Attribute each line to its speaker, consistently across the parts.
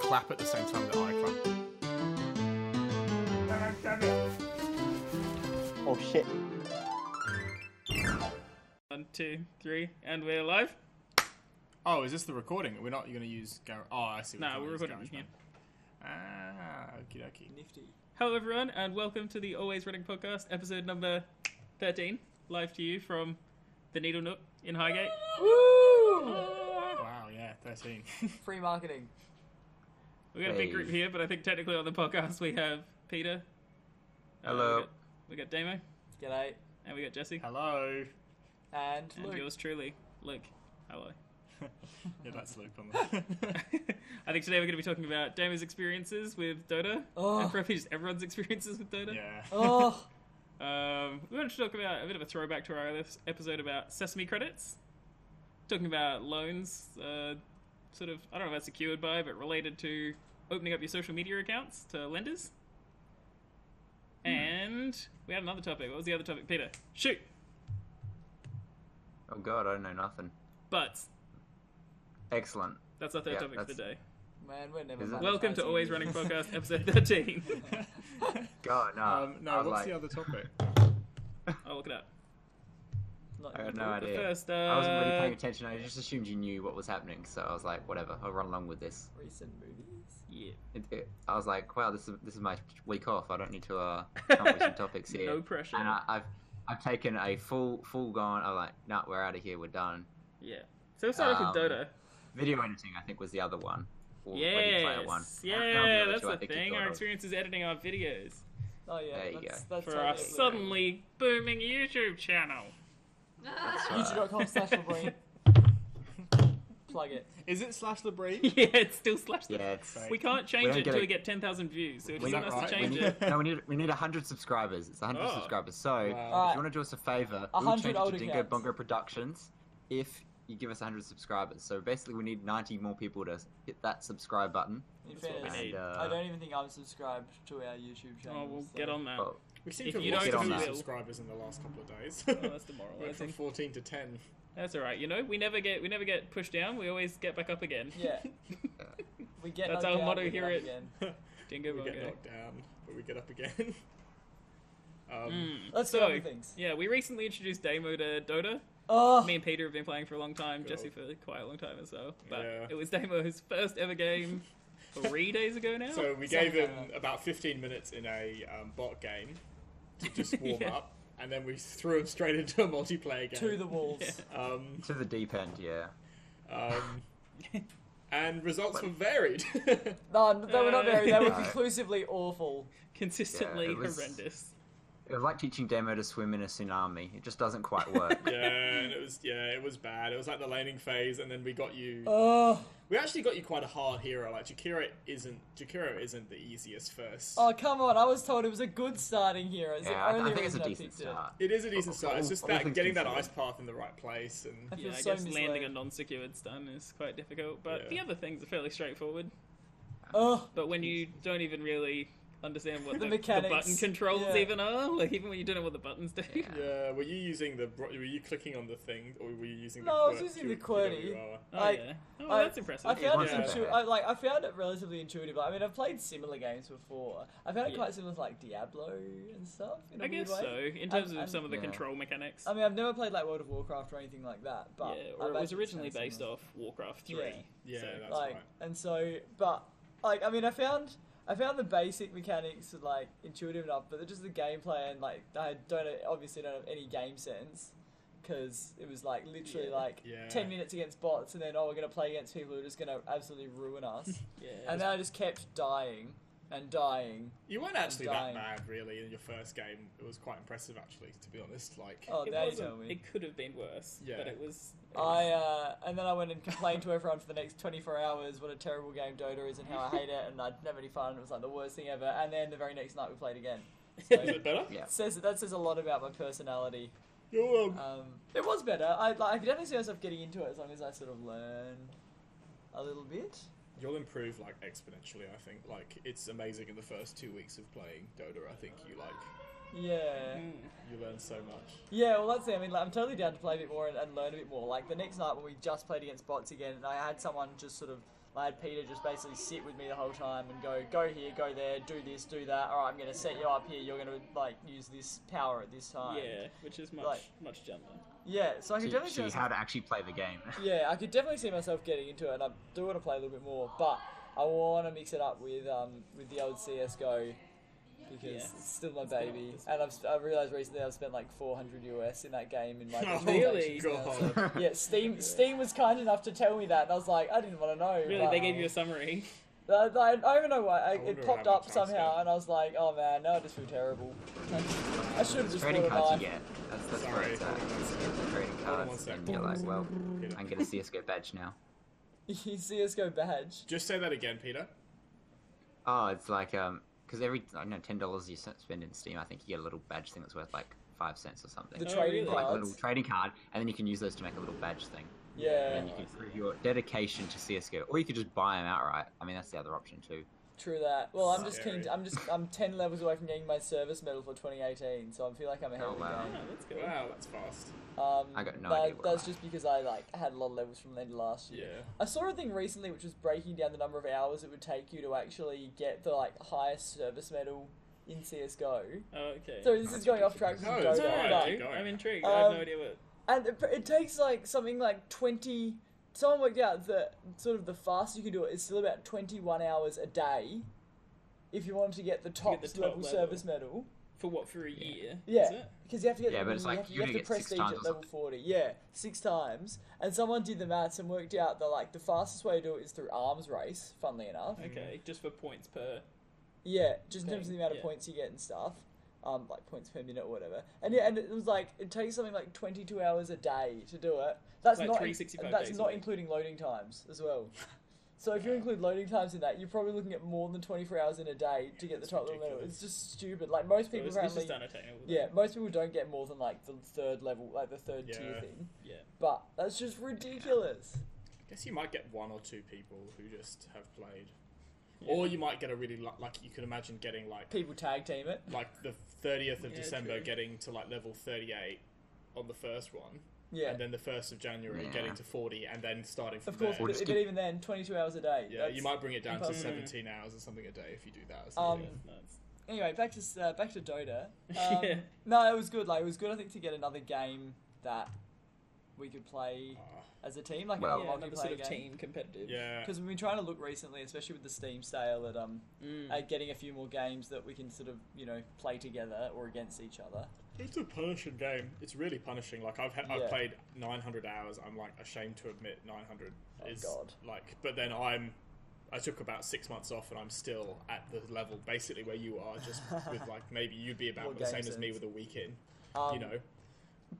Speaker 1: clap at the same time that I clap.
Speaker 2: Oh shit.
Speaker 3: One, two, three, and we're live.
Speaker 1: Oh, is this the recording? We're not going to use Gar- Oh, I see.
Speaker 3: No,
Speaker 1: can't
Speaker 3: we're
Speaker 1: use
Speaker 3: recording
Speaker 1: GarageBand.
Speaker 3: again.
Speaker 1: Ah, okie dokie.
Speaker 3: Hello, everyone, and welcome to the Always Running Podcast, episode number 13, live to you from the Needle Nook in Highgate.
Speaker 1: Wow, yeah, 13.
Speaker 4: Free marketing.
Speaker 3: We've got a big group
Speaker 5: Hey.
Speaker 3: here, but I think technically on the podcast we have Peter.
Speaker 5: Hello.
Speaker 3: Uh, we got, we got Damo,
Speaker 4: G'day.
Speaker 3: and we got Jesse,
Speaker 1: Hello.
Speaker 4: And
Speaker 3: and
Speaker 4: Luke.
Speaker 3: yours truly, Luke. Hello.
Speaker 1: Yeah, that's Luke on there.
Speaker 3: I think today we're going to be talking about Damo's experiences with Dota,
Speaker 4: Oh.
Speaker 3: and probably just everyone's experiences with Dota.
Speaker 1: yeah.
Speaker 4: Oh,
Speaker 3: Um, we wanted to talk about a bit of a throwback to our other s- episode about sesame credits, talking about loans, uh, sort of I don't know about secured by, but related to opening up your social media accounts to lenders.
Speaker 5: Hmm.
Speaker 3: And we had another topic. What was the other topic, Peter? Shoot,
Speaker 5: Oh god, I know nothing.
Speaker 3: butts.
Speaker 5: Excellent.
Speaker 3: That's our third
Speaker 5: Yeah,
Speaker 3: topic for the
Speaker 5: that's-
Speaker 3: day.
Speaker 4: man, we're never.
Speaker 5: Is it-
Speaker 3: Welcome to
Speaker 4: monetizing
Speaker 3: Always
Speaker 4: these.
Speaker 3: Running Podcast, episode thirteen.
Speaker 5: God, no.
Speaker 1: Um, no,
Speaker 5: I
Speaker 1: what's
Speaker 5: like,
Speaker 1: the other topic?
Speaker 3: I'll look it up.
Speaker 4: Not
Speaker 5: I
Speaker 4: even-
Speaker 5: had no
Speaker 3: The
Speaker 5: idea.
Speaker 3: first, uh,
Speaker 5: I wasn't really paying attention. I just assumed you knew what was happening, so I was like, whatever. I'll run along with this.
Speaker 4: recent movies.
Speaker 3: yeah,
Speaker 5: It, it, I was like, wow, this is this is my week off. I don't need to uh, come up with some topics here.
Speaker 3: no pressure.
Speaker 5: And I, I've I've taken a full full gone. I'm like, nah, we're out of here. We're done.
Speaker 3: Yeah. So we started off with
Speaker 5: Um,
Speaker 3: Dota.
Speaker 5: Video editing, I think, was the other one. Or Ready
Speaker 3: Yes.
Speaker 5: Player one.
Speaker 3: Yeah, that's the
Speaker 5: I think you
Speaker 3: thing.
Speaker 5: thought
Speaker 3: Our
Speaker 5: of.
Speaker 3: experience is editing our videos
Speaker 4: Oh yeah,
Speaker 5: There you
Speaker 4: that's,
Speaker 5: go.
Speaker 4: that's
Speaker 3: for
Speaker 4: totally
Speaker 3: our
Speaker 4: it.
Speaker 3: suddenly booming YouTube channel.
Speaker 5: That's right.
Speaker 4: YouTube.com slash Labrie. Plug it.
Speaker 1: Is it slash the breed?
Speaker 3: yeah, it's still slash.
Speaker 5: Yeah,
Speaker 3: Yeah.
Speaker 5: it's,
Speaker 1: Right.
Speaker 3: We can't
Speaker 5: We
Speaker 3: change
Speaker 5: don't
Speaker 3: it
Speaker 5: get
Speaker 3: until
Speaker 5: it.
Speaker 3: we get 10,000 views, so it's
Speaker 5: We
Speaker 3: on
Speaker 1: got
Speaker 3: us
Speaker 1: right.
Speaker 3: to change
Speaker 1: We
Speaker 3: it.
Speaker 5: no, we need we need hundred subscribers. It's hundred
Speaker 3: Oh.
Speaker 5: subscribers. So
Speaker 1: Wow.
Speaker 5: if you want to do us a favor,
Speaker 4: A
Speaker 5: we'll
Speaker 4: hundred
Speaker 5: change it
Speaker 4: older
Speaker 5: to Dingo
Speaker 4: cats.
Speaker 5: Bongo Productions if you give us hundred subscribers. So basically, we need ninety more people to hit that subscribe button.
Speaker 4: In
Speaker 1: That's what we
Speaker 4: fairness,
Speaker 3: need.
Speaker 5: And, uh,
Speaker 4: I don't even think I'm subscribed to our YouTube channel.
Speaker 3: Oh, we'll
Speaker 4: so-
Speaker 3: get on that.
Speaker 5: well,
Speaker 1: We seem
Speaker 3: If
Speaker 1: to have
Speaker 3: you
Speaker 1: lost
Speaker 5: don't,
Speaker 1: two
Speaker 5: we will.
Speaker 1: subscribers in the last couple of days.
Speaker 3: Oh, that's
Speaker 1: Went from
Speaker 3: demoralizing.
Speaker 1: 14 to 10.
Speaker 3: That's all right. You know, we never get we never get pushed down. We always get back up again.
Speaker 4: Yeah, we get.
Speaker 3: That's
Speaker 4: knocked
Speaker 3: our
Speaker 4: out,
Speaker 3: motto
Speaker 4: we get
Speaker 3: here
Speaker 4: up
Speaker 3: at-
Speaker 4: Again.
Speaker 3: Dingo
Speaker 1: we get
Speaker 3: bongo.
Speaker 1: knocked down, but we get up again. um,
Speaker 3: Mm.
Speaker 4: Let's
Speaker 3: so,
Speaker 4: go over things.
Speaker 3: Yeah, we recently introduced Damo to Dota.
Speaker 4: Oh,
Speaker 3: Me and Peter have been playing for a long time.
Speaker 1: Cool.
Speaker 3: Jesse for quite a long time as well. But
Speaker 1: Yeah.
Speaker 3: it was Damo's first ever game three days ago now.
Speaker 1: So we
Speaker 4: Something
Speaker 1: gave him
Speaker 4: like that.
Speaker 1: about 15 minutes in a um, bot game to just warm
Speaker 3: Yeah.
Speaker 1: up, and then we threw him straight into a multiplayer game.
Speaker 4: to the walls.
Speaker 3: Yeah.
Speaker 1: um,
Speaker 5: to the deep end, yeah.
Speaker 1: um, and results were varied.
Speaker 4: No, they were not very. They were
Speaker 5: Uh,
Speaker 4: conclusively awful.
Speaker 3: consistently
Speaker 5: Yeah, it was-
Speaker 3: horrendous.
Speaker 5: It was like teaching Demo to swim in a tsunami. It just doesn't quite work.
Speaker 1: yeah, and it was yeah, it was bad. It was like the laning phase, and then we got you.
Speaker 4: Oh,
Speaker 1: we actually got you quite a hard hero. Like Jakiro isn't Jakiro isn't the easiest first.
Speaker 4: oh come on! I was told it was a good starting hero. It's the
Speaker 5: yeah, I,
Speaker 4: only
Speaker 5: I think it's
Speaker 4: reason
Speaker 5: a
Speaker 4: I
Speaker 5: decent
Speaker 4: picked it.
Speaker 5: start.
Speaker 1: It is a decent
Speaker 5: All-
Speaker 1: start. It's just
Speaker 5: all
Speaker 1: that
Speaker 5: things
Speaker 1: getting that ice
Speaker 5: considered.
Speaker 1: path in the right place, and
Speaker 4: I feel
Speaker 3: Yeah, I
Speaker 4: so
Speaker 3: guess landing a
Speaker 4: misled.
Speaker 3: non-secured stun is quite difficult, but
Speaker 1: Yeah.
Speaker 3: the other things are fairly straightforward.
Speaker 4: Oh,
Speaker 3: But when you don't even really understand what
Speaker 4: The
Speaker 3: the,
Speaker 4: mechanics,
Speaker 3: button controls
Speaker 4: yeah.
Speaker 3: even are, like even when you don't know what the buttons do,
Speaker 5: Yeah.
Speaker 1: yeah, were you using the bro- were you clicking on the thing or were you using
Speaker 4: No, I
Speaker 1: the
Speaker 4: was
Speaker 1: QWER?
Speaker 4: using the QWERTY.
Speaker 1: QWER?
Speaker 3: oh
Speaker 4: Like,
Speaker 3: yeah, oh
Speaker 4: I-
Speaker 3: that's impressive.
Speaker 4: I found it
Speaker 5: wasn't
Speaker 4: intu-
Speaker 5: bad.
Speaker 4: I, like I found it relatively intuitive. I mean, I've played similar games before. I found it
Speaker 3: Yeah.
Speaker 4: quite similar to like Diablo and stuff. In a
Speaker 3: I guess
Speaker 4: weird
Speaker 3: so.
Speaker 4: way.
Speaker 3: In terms
Speaker 4: I'm-
Speaker 3: of some of the
Speaker 5: I'm- yeah.
Speaker 3: control mechanics,
Speaker 4: I mean, I've never played like World of Warcraft or anything like that, but
Speaker 3: yeah,
Speaker 4: I
Speaker 3: or it was
Speaker 4: imagine it's
Speaker 3: originally
Speaker 4: kinda
Speaker 3: based
Speaker 4: similar.
Speaker 3: off Warcraft Three.
Speaker 4: Yeah.
Speaker 1: Yeah,
Speaker 3: so-
Speaker 1: that's
Speaker 4: Like,
Speaker 1: right.
Speaker 4: and so, but like, I mean, I found I found the basic mechanics were, like intuitive enough, but just the gameplay and like I don't obviously don't have any game sense because it was like literally
Speaker 3: Yeah.
Speaker 4: like
Speaker 1: Yeah.
Speaker 4: ten minutes against bots, and then oh, we're gonna play against people who are just gonna absolutely ruin us.
Speaker 3: yeah.
Speaker 4: And then I just kept dying and dying.
Speaker 1: You weren't actually that
Speaker 4: dying.
Speaker 1: bad, really, in your first game. It was quite impressive, actually, to be honest. Like,
Speaker 4: Oh,
Speaker 3: it,
Speaker 4: there you
Speaker 3: wasn't-
Speaker 4: go.
Speaker 3: it could have been worse,
Speaker 1: Yeah.
Speaker 3: but it was. it
Speaker 4: I
Speaker 3: was-
Speaker 4: uh, and then I went and complained to everyone for the next 24 hours what a terrible game Dota is and how I hate it and I didn't have any fun. It was like the worst thing ever. And then the very next night we played again. So
Speaker 1: is it
Speaker 4: it
Speaker 1: better?
Speaker 5: Yeah.
Speaker 4: says that says a lot about my personality.
Speaker 1: You're, um,
Speaker 4: Um, it was better. I like I could definitely see myself getting into it as long as I sort of learn a little bit.
Speaker 1: you'll improve like exponentially. I think. Like, it's amazing in the first two weeks of playing Dota. I think you like
Speaker 4: Yeah.
Speaker 3: Mm.
Speaker 1: you learn so much.
Speaker 4: Yeah, well, that's it. I mean, like, I'm totally down to play a bit more and, and learn a bit more. Like, the next night when we just played against bots again, and I had someone just sort of I had Peter just basically sit with me the whole time and go, go here, go there, do this, do that. All right, I'm gonna set you up here. You're gonna like use this power at this time.
Speaker 3: Yeah, which is much
Speaker 4: Like-
Speaker 3: much gentler.
Speaker 4: Yeah. So I could
Speaker 5: She,
Speaker 4: definitely see
Speaker 5: she
Speaker 4: myself-
Speaker 5: had to actually play the game.
Speaker 4: yeah, I could definitely see myself getting into it, and I do want to play a little bit more, but I want to mix it up with um with the old CS:GO because
Speaker 3: Yeah.
Speaker 4: it's still my
Speaker 3: been
Speaker 4: baby,
Speaker 3: up this
Speaker 4: and I've s- I've realized recently I've spent like 400 US in that game in my
Speaker 1: Oh,
Speaker 4: presentations now,
Speaker 1: God.
Speaker 4: so- yeah, Steam Steam was kind enough to tell me that, and I was like, I didn't want to know.
Speaker 3: Really,
Speaker 4: but-
Speaker 3: they gave you a summary.
Speaker 4: I, I, I don't even know why. I,
Speaker 1: wonder how
Speaker 4: it popped
Speaker 1: much
Speaker 4: up
Speaker 1: I
Speaker 4: somehow,
Speaker 1: spent.
Speaker 4: and I was like, oh man, now I just feel terrible. I should have just
Speaker 5: Trading
Speaker 4: bought a
Speaker 5: cards
Speaker 4: knife.
Speaker 5: you get. That's that's where
Speaker 1: Sorry.
Speaker 5: it's at. It's Trading
Speaker 1: Hold on one
Speaker 5: cards, and
Speaker 1: second.
Speaker 5: you're like, well,
Speaker 1: Get it.
Speaker 5: I'm gonna CS:GO badge now.
Speaker 4: You CS:GO badge.
Speaker 1: Just say that again, Peter.
Speaker 5: Oh, it's like um, because every I don't know ten dollars you s- spend in Steam, I think you get a little badge thing that's worth like five cents or something.
Speaker 4: The
Speaker 3: Oh,
Speaker 4: trading
Speaker 3: really?
Speaker 5: Or, like a
Speaker 4: cards.
Speaker 5: little trading card, and then you can use those to make a little badge thing.
Speaker 4: yeah,
Speaker 5: And you can prove your dedication to CS:GO, or you could just buy them outright. I mean, that's the other option too.
Speaker 4: True that. Well, I'm just
Speaker 1: Scary.
Speaker 4: keen. To, I'm just. I'm ten levels away from getting my service medal for 2018, so I feel like I'm ahead
Speaker 5: Oh,
Speaker 4: of the
Speaker 5: wow.
Speaker 3: Oh,
Speaker 4: game.
Speaker 3: that's good.
Speaker 1: Wow, that's fast.
Speaker 4: Um,
Speaker 5: I got no
Speaker 4: but
Speaker 5: idea what
Speaker 4: That's
Speaker 5: I'm
Speaker 4: just because I like had a lot of levels from the end of last year.
Speaker 1: Yeah.
Speaker 4: I saw a thing recently which was breaking down the number of hours it would take you to actually get the like highest service medal in CS:GO.
Speaker 3: Oh, okay.
Speaker 4: So this is
Speaker 5: That's
Speaker 4: going off track
Speaker 5: ridiculous.
Speaker 4: from
Speaker 1: No, it's
Speaker 4: Dota,
Speaker 3: no,
Speaker 1: fine.
Speaker 3: no,
Speaker 4: but-
Speaker 1: Keep
Speaker 3: no,
Speaker 1: going.
Speaker 3: I'm intrigued. I have
Speaker 4: Um,
Speaker 3: no idea what.
Speaker 4: and it, it takes like something like 20 someone worked out that sort of the fastest you can do it is still about 21 hours a day if you wanted to get the top,
Speaker 3: the top
Speaker 4: level,
Speaker 3: level.
Speaker 4: service medal
Speaker 3: For what? For a year?
Speaker 4: yeah
Speaker 3: Is it?
Speaker 4: because you have to get the,
Speaker 5: Yeah, but it's
Speaker 4: you
Speaker 5: like
Speaker 4: have to,
Speaker 5: you
Speaker 4: you have
Speaker 5: only
Speaker 4: to
Speaker 5: get six
Speaker 4: prestige
Speaker 5: times
Speaker 4: at
Speaker 5: or
Speaker 4: level
Speaker 5: something.
Speaker 4: 40 yeah six times and someone did the maths and worked out that like the fastest way to do it is through arms race funnily enough
Speaker 1: Mm-hmm.
Speaker 3: Okay, just for points per.
Speaker 4: yeah, just in terms of
Speaker 3: thing,
Speaker 4: the amount of
Speaker 3: yeah.
Speaker 4: points you get and stuff, um, like points per minute or whatever. And yeah, and it was like it takes something like twenty two hours a day to do it. That's
Speaker 3: Like
Speaker 4: not
Speaker 3: 365
Speaker 4: that's
Speaker 3: days a
Speaker 4: not
Speaker 3: week.
Speaker 4: including loading times as well. So if you include loading times in that, you're probably looking at more than twenty four hours in a day to get the
Speaker 1: It's
Speaker 4: top level medal.
Speaker 1: ridiculous.
Speaker 4: It's just stupid. Like most
Speaker 3: So
Speaker 4: people
Speaker 3: it's, it's
Speaker 4: apparently,
Speaker 3: just unattainable. then.
Speaker 4: yeah, most people don't get more than like the third level, like the third tier
Speaker 1: Yeah.
Speaker 4: thing.
Speaker 3: Yeah.
Speaker 4: But that's just ridiculous.
Speaker 1: guess you might get one or two people who just have played, or you might get a really lu- like you could imagine getting like
Speaker 4: People tag team it.
Speaker 1: like the thirtieth of
Speaker 3: Yeah,
Speaker 1: December
Speaker 3: true.
Speaker 1: getting to like level thirty eight on the first one,
Speaker 4: Yeah.
Speaker 1: and then the first of January
Speaker 5: Yeah.
Speaker 1: getting to forty, and then starting from
Speaker 4: of course,
Speaker 1: there.
Speaker 5: Or
Speaker 4: but,
Speaker 5: just
Speaker 4: but
Speaker 5: give-
Speaker 4: even then, 22 hours a day.
Speaker 1: yeah,
Speaker 4: that's-
Speaker 1: you might bring it down to
Speaker 4: impossible.
Speaker 1: seventeen hours or something a day if you do that. Or
Speaker 3: Yeah,
Speaker 4: Um,
Speaker 1: something.
Speaker 3: that's nuts.
Speaker 4: anyway, back to uh, back to Dota. Um,
Speaker 3: Yeah.
Speaker 4: No, it was good. Like it was good. I think to get another game that we could play
Speaker 1: Ah,
Speaker 4: as a team, like
Speaker 5: Well-
Speaker 3: yeah,
Speaker 4: another
Speaker 3: another sort
Speaker 4: multiplayer
Speaker 3: of
Speaker 4: game.
Speaker 3: team competitive.
Speaker 1: yeah,
Speaker 4: Because we've been trying to look recently, especially with the Steam sale, at um,
Speaker 3: Mm.
Speaker 4: at getting a few more games that we can sort of you know play together or against each other.
Speaker 1: it's a punishing game. It's really punishing. Like I've had,
Speaker 4: Yeah.
Speaker 1: I've played nine hundred hours. I'm like ashamed to admit nine hundred
Speaker 4: Oh,
Speaker 1: is
Speaker 4: God.
Speaker 1: like. But then I'm. I took about six months off, and I'm still at the level basically where you are, just with like maybe you'd be
Speaker 4: More
Speaker 1: about the same
Speaker 4: game
Speaker 1: as me
Speaker 4: sense.
Speaker 1: with a week in,
Speaker 4: Um,
Speaker 1: you know.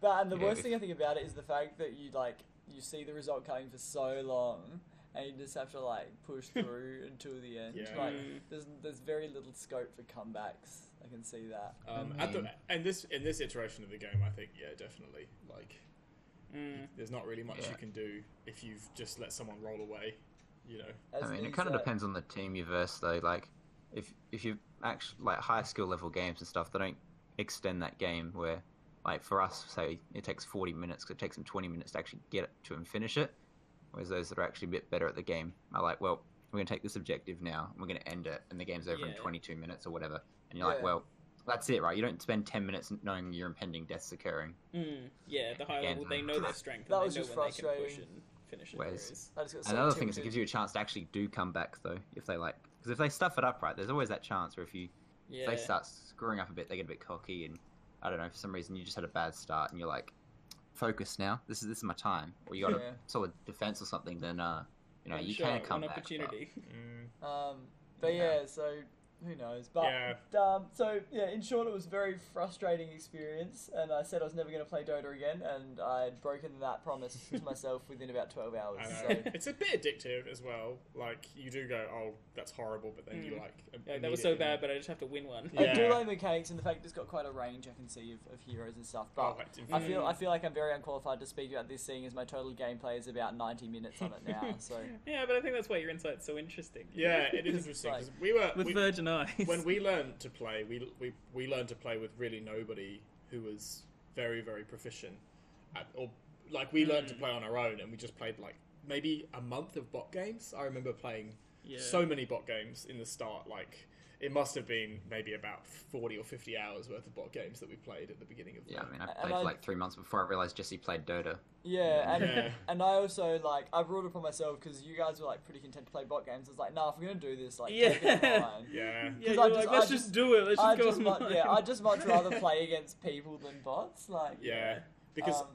Speaker 4: But and the
Speaker 5: Yeah,
Speaker 4: worst
Speaker 5: if-
Speaker 4: thing I think about it is the fact that you like you see the result coming for so long, and you just have to like push through until the end.
Speaker 1: Yeah.
Speaker 4: Like
Speaker 3: Mm.
Speaker 4: there's there's very little scope for comebacks. I can see that.
Speaker 1: Um, at the and this in this iteration of the game, I think yeah, definitely. Like,
Speaker 3: Mm.
Speaker 1: there's not really much
Speaker 5: Yeah.
Speaker 1: you can do if you've just let someone roll away. You know,
Speaker 4: As
Speaker 5: I mean, it
Speaker 4: these,
Speaker 5: kind of
Speaker 4: uh,
Speaker 5: depends on the team you verse, though. Like, if if you actually like high skill level games and stuff, they don't extend that game where, like for us, say it takes forty minutes 'cause it takes them twenty minutes to actually get it to and finish it. Whereas those that are actually a bit better at the game are like, well, we're gonna take this objective now, and we're gonna end it, and the game's over in
Speaker 3: Yeah.
Speaker 5: twenty two minutes or whatever. And you're like,
Speaker 4: Yeah.
Speaker 5: well, that's it, right? You don't spend ten minutes knowing your impending death's occurring.
Speaker 3: Mm. Yeah, the high
Speaker 5: Yeah,
Speaker 3: level, they know their strength.
Speaker 4: That
Speaker 3: and
Speaker 4: was
Speaker 3: they know
Speaker 4: just
Speaker 3: when they can push
Speaker 4: frustrating.
Speaker 3: and finish it.
Speaker 5: Whereas-
Speaker 3: whereas-
Speaker 4: I just got so
Speaker 5: Another thing is it
Speaker 4: tilted.
Speaker 5: gives you a chance to actually do come back though, if they like, because if they stuff it up right, there's always that chance where if you
Speaker 3: Yeah.
Speaker 5: they start screwing up a bit, they get a bit cocky, and I don't know for some reason you just had a bad start, and you're like, focus now. This is this is my time. Or you got
Speaker 4: Yeah.
Speaker 5: a solid defense or something. Then uh, you know
Speaker 3: One
Speaker 5: you can
Speaker 3: shot,
Speaker 5: come
Speaker 3: one
Speaker 5: back. but-
Speaker 3: opportunity.
Speaker 1: mm,
Speaker 4: Um, but yeah.
Speaker 5: Yeah.
Speaker 4: so who knows? But
Speaker 1: Yeah.
Speaker 4: um, so yeah, in short, it was a very frustrating experience, and I said I was never going to play Dota again, and I had broken that promise to myself within about twelve hours.
Speaker 1: I
Speaker 4: So
Speaker 1: know. uh, it's a bit addictive as well. Like you do go, oh, that's horrible, but then you
Speaker 3: Mm.
Speaker 1: like
Speaker 3: Yeah, that was so bad,
Speaker 1: immediately-
Speaker 3: but I just have to win one.
Speaker 4: I do
Speaker 1: Yeah.
Speaker 4: like mechanics and the fact it's got quite a range I can see of, of heroes and stuff,
Speaker 1: Oh,
Speaker 4: but.
Speaker 1: it's
Speaker 4: I
Speaker 1: infinite.
Speaker 4: feel
Speaker 3: Mm.
Speaker 4: I feel like I'm very unqualified to speak about this, seeing as my total gameplay is about 90 minutes on it now. So
Speaker 3: Yeah, but I think that's why your insight's so interesting.
Speaker 1: yeah, it is
Speaker 4: It's
Speaker 1: interesting.
Speaker 4: like-
Speaker 1: 'cause we were
Speaker 3: With
Speaker 1: we-
Speaker 3: virgin eyes.
Speaker 1: when we learned to play, we, we we learned to play with really nobody who
Speaker 5: Mm.
Speaker 1: was very very proficient, at, or like we learned to play on our own, and we just played like maybe a month of bot games. I remember playing
Speaker 6: Yeah.
Speaker 1: so many bot games in the start. Like it must have been maybe about forty or fifty hours worth of bot games that we played at the beginning of.
Speaker 5: Yeah, I mean, I
Speaker 4: And
Speaker 5: played
Speaker 4: I-
Speaker 5: for like three months before I realized Jesse played Dota.
Speaker 4: Yeah, and
Speaker 1: Yeah.
Speaker 4: and I also like I brought it upon myself because you guys were like pretty content to play bot games. I was like, nah, if we're gonna do this, like, take it
Speaker 3: Yeah.
Speaker 4: online.
Speaker 1: the- yeah.
Speaker 5: Hmm.
Speaker 3: Yeah,
Speaker 4: 'Cause
Speaker 3: you're
Speaker 4: I
Speaker 3: like,
Speaker 4: just-
Speaker 3: let's
Speaker 4: I
Speaker 3: just
Speaker 4: just-
Speaker 3: do it. Let's just
Speaker 4: I
Speaker 3: go
Speaker 4: just
Speaker 3: online.
Speaker 4: mu- yeah, I just much rather play against people than bots. Like,
Speaker 1: Yeah, because
Speaker 4: um,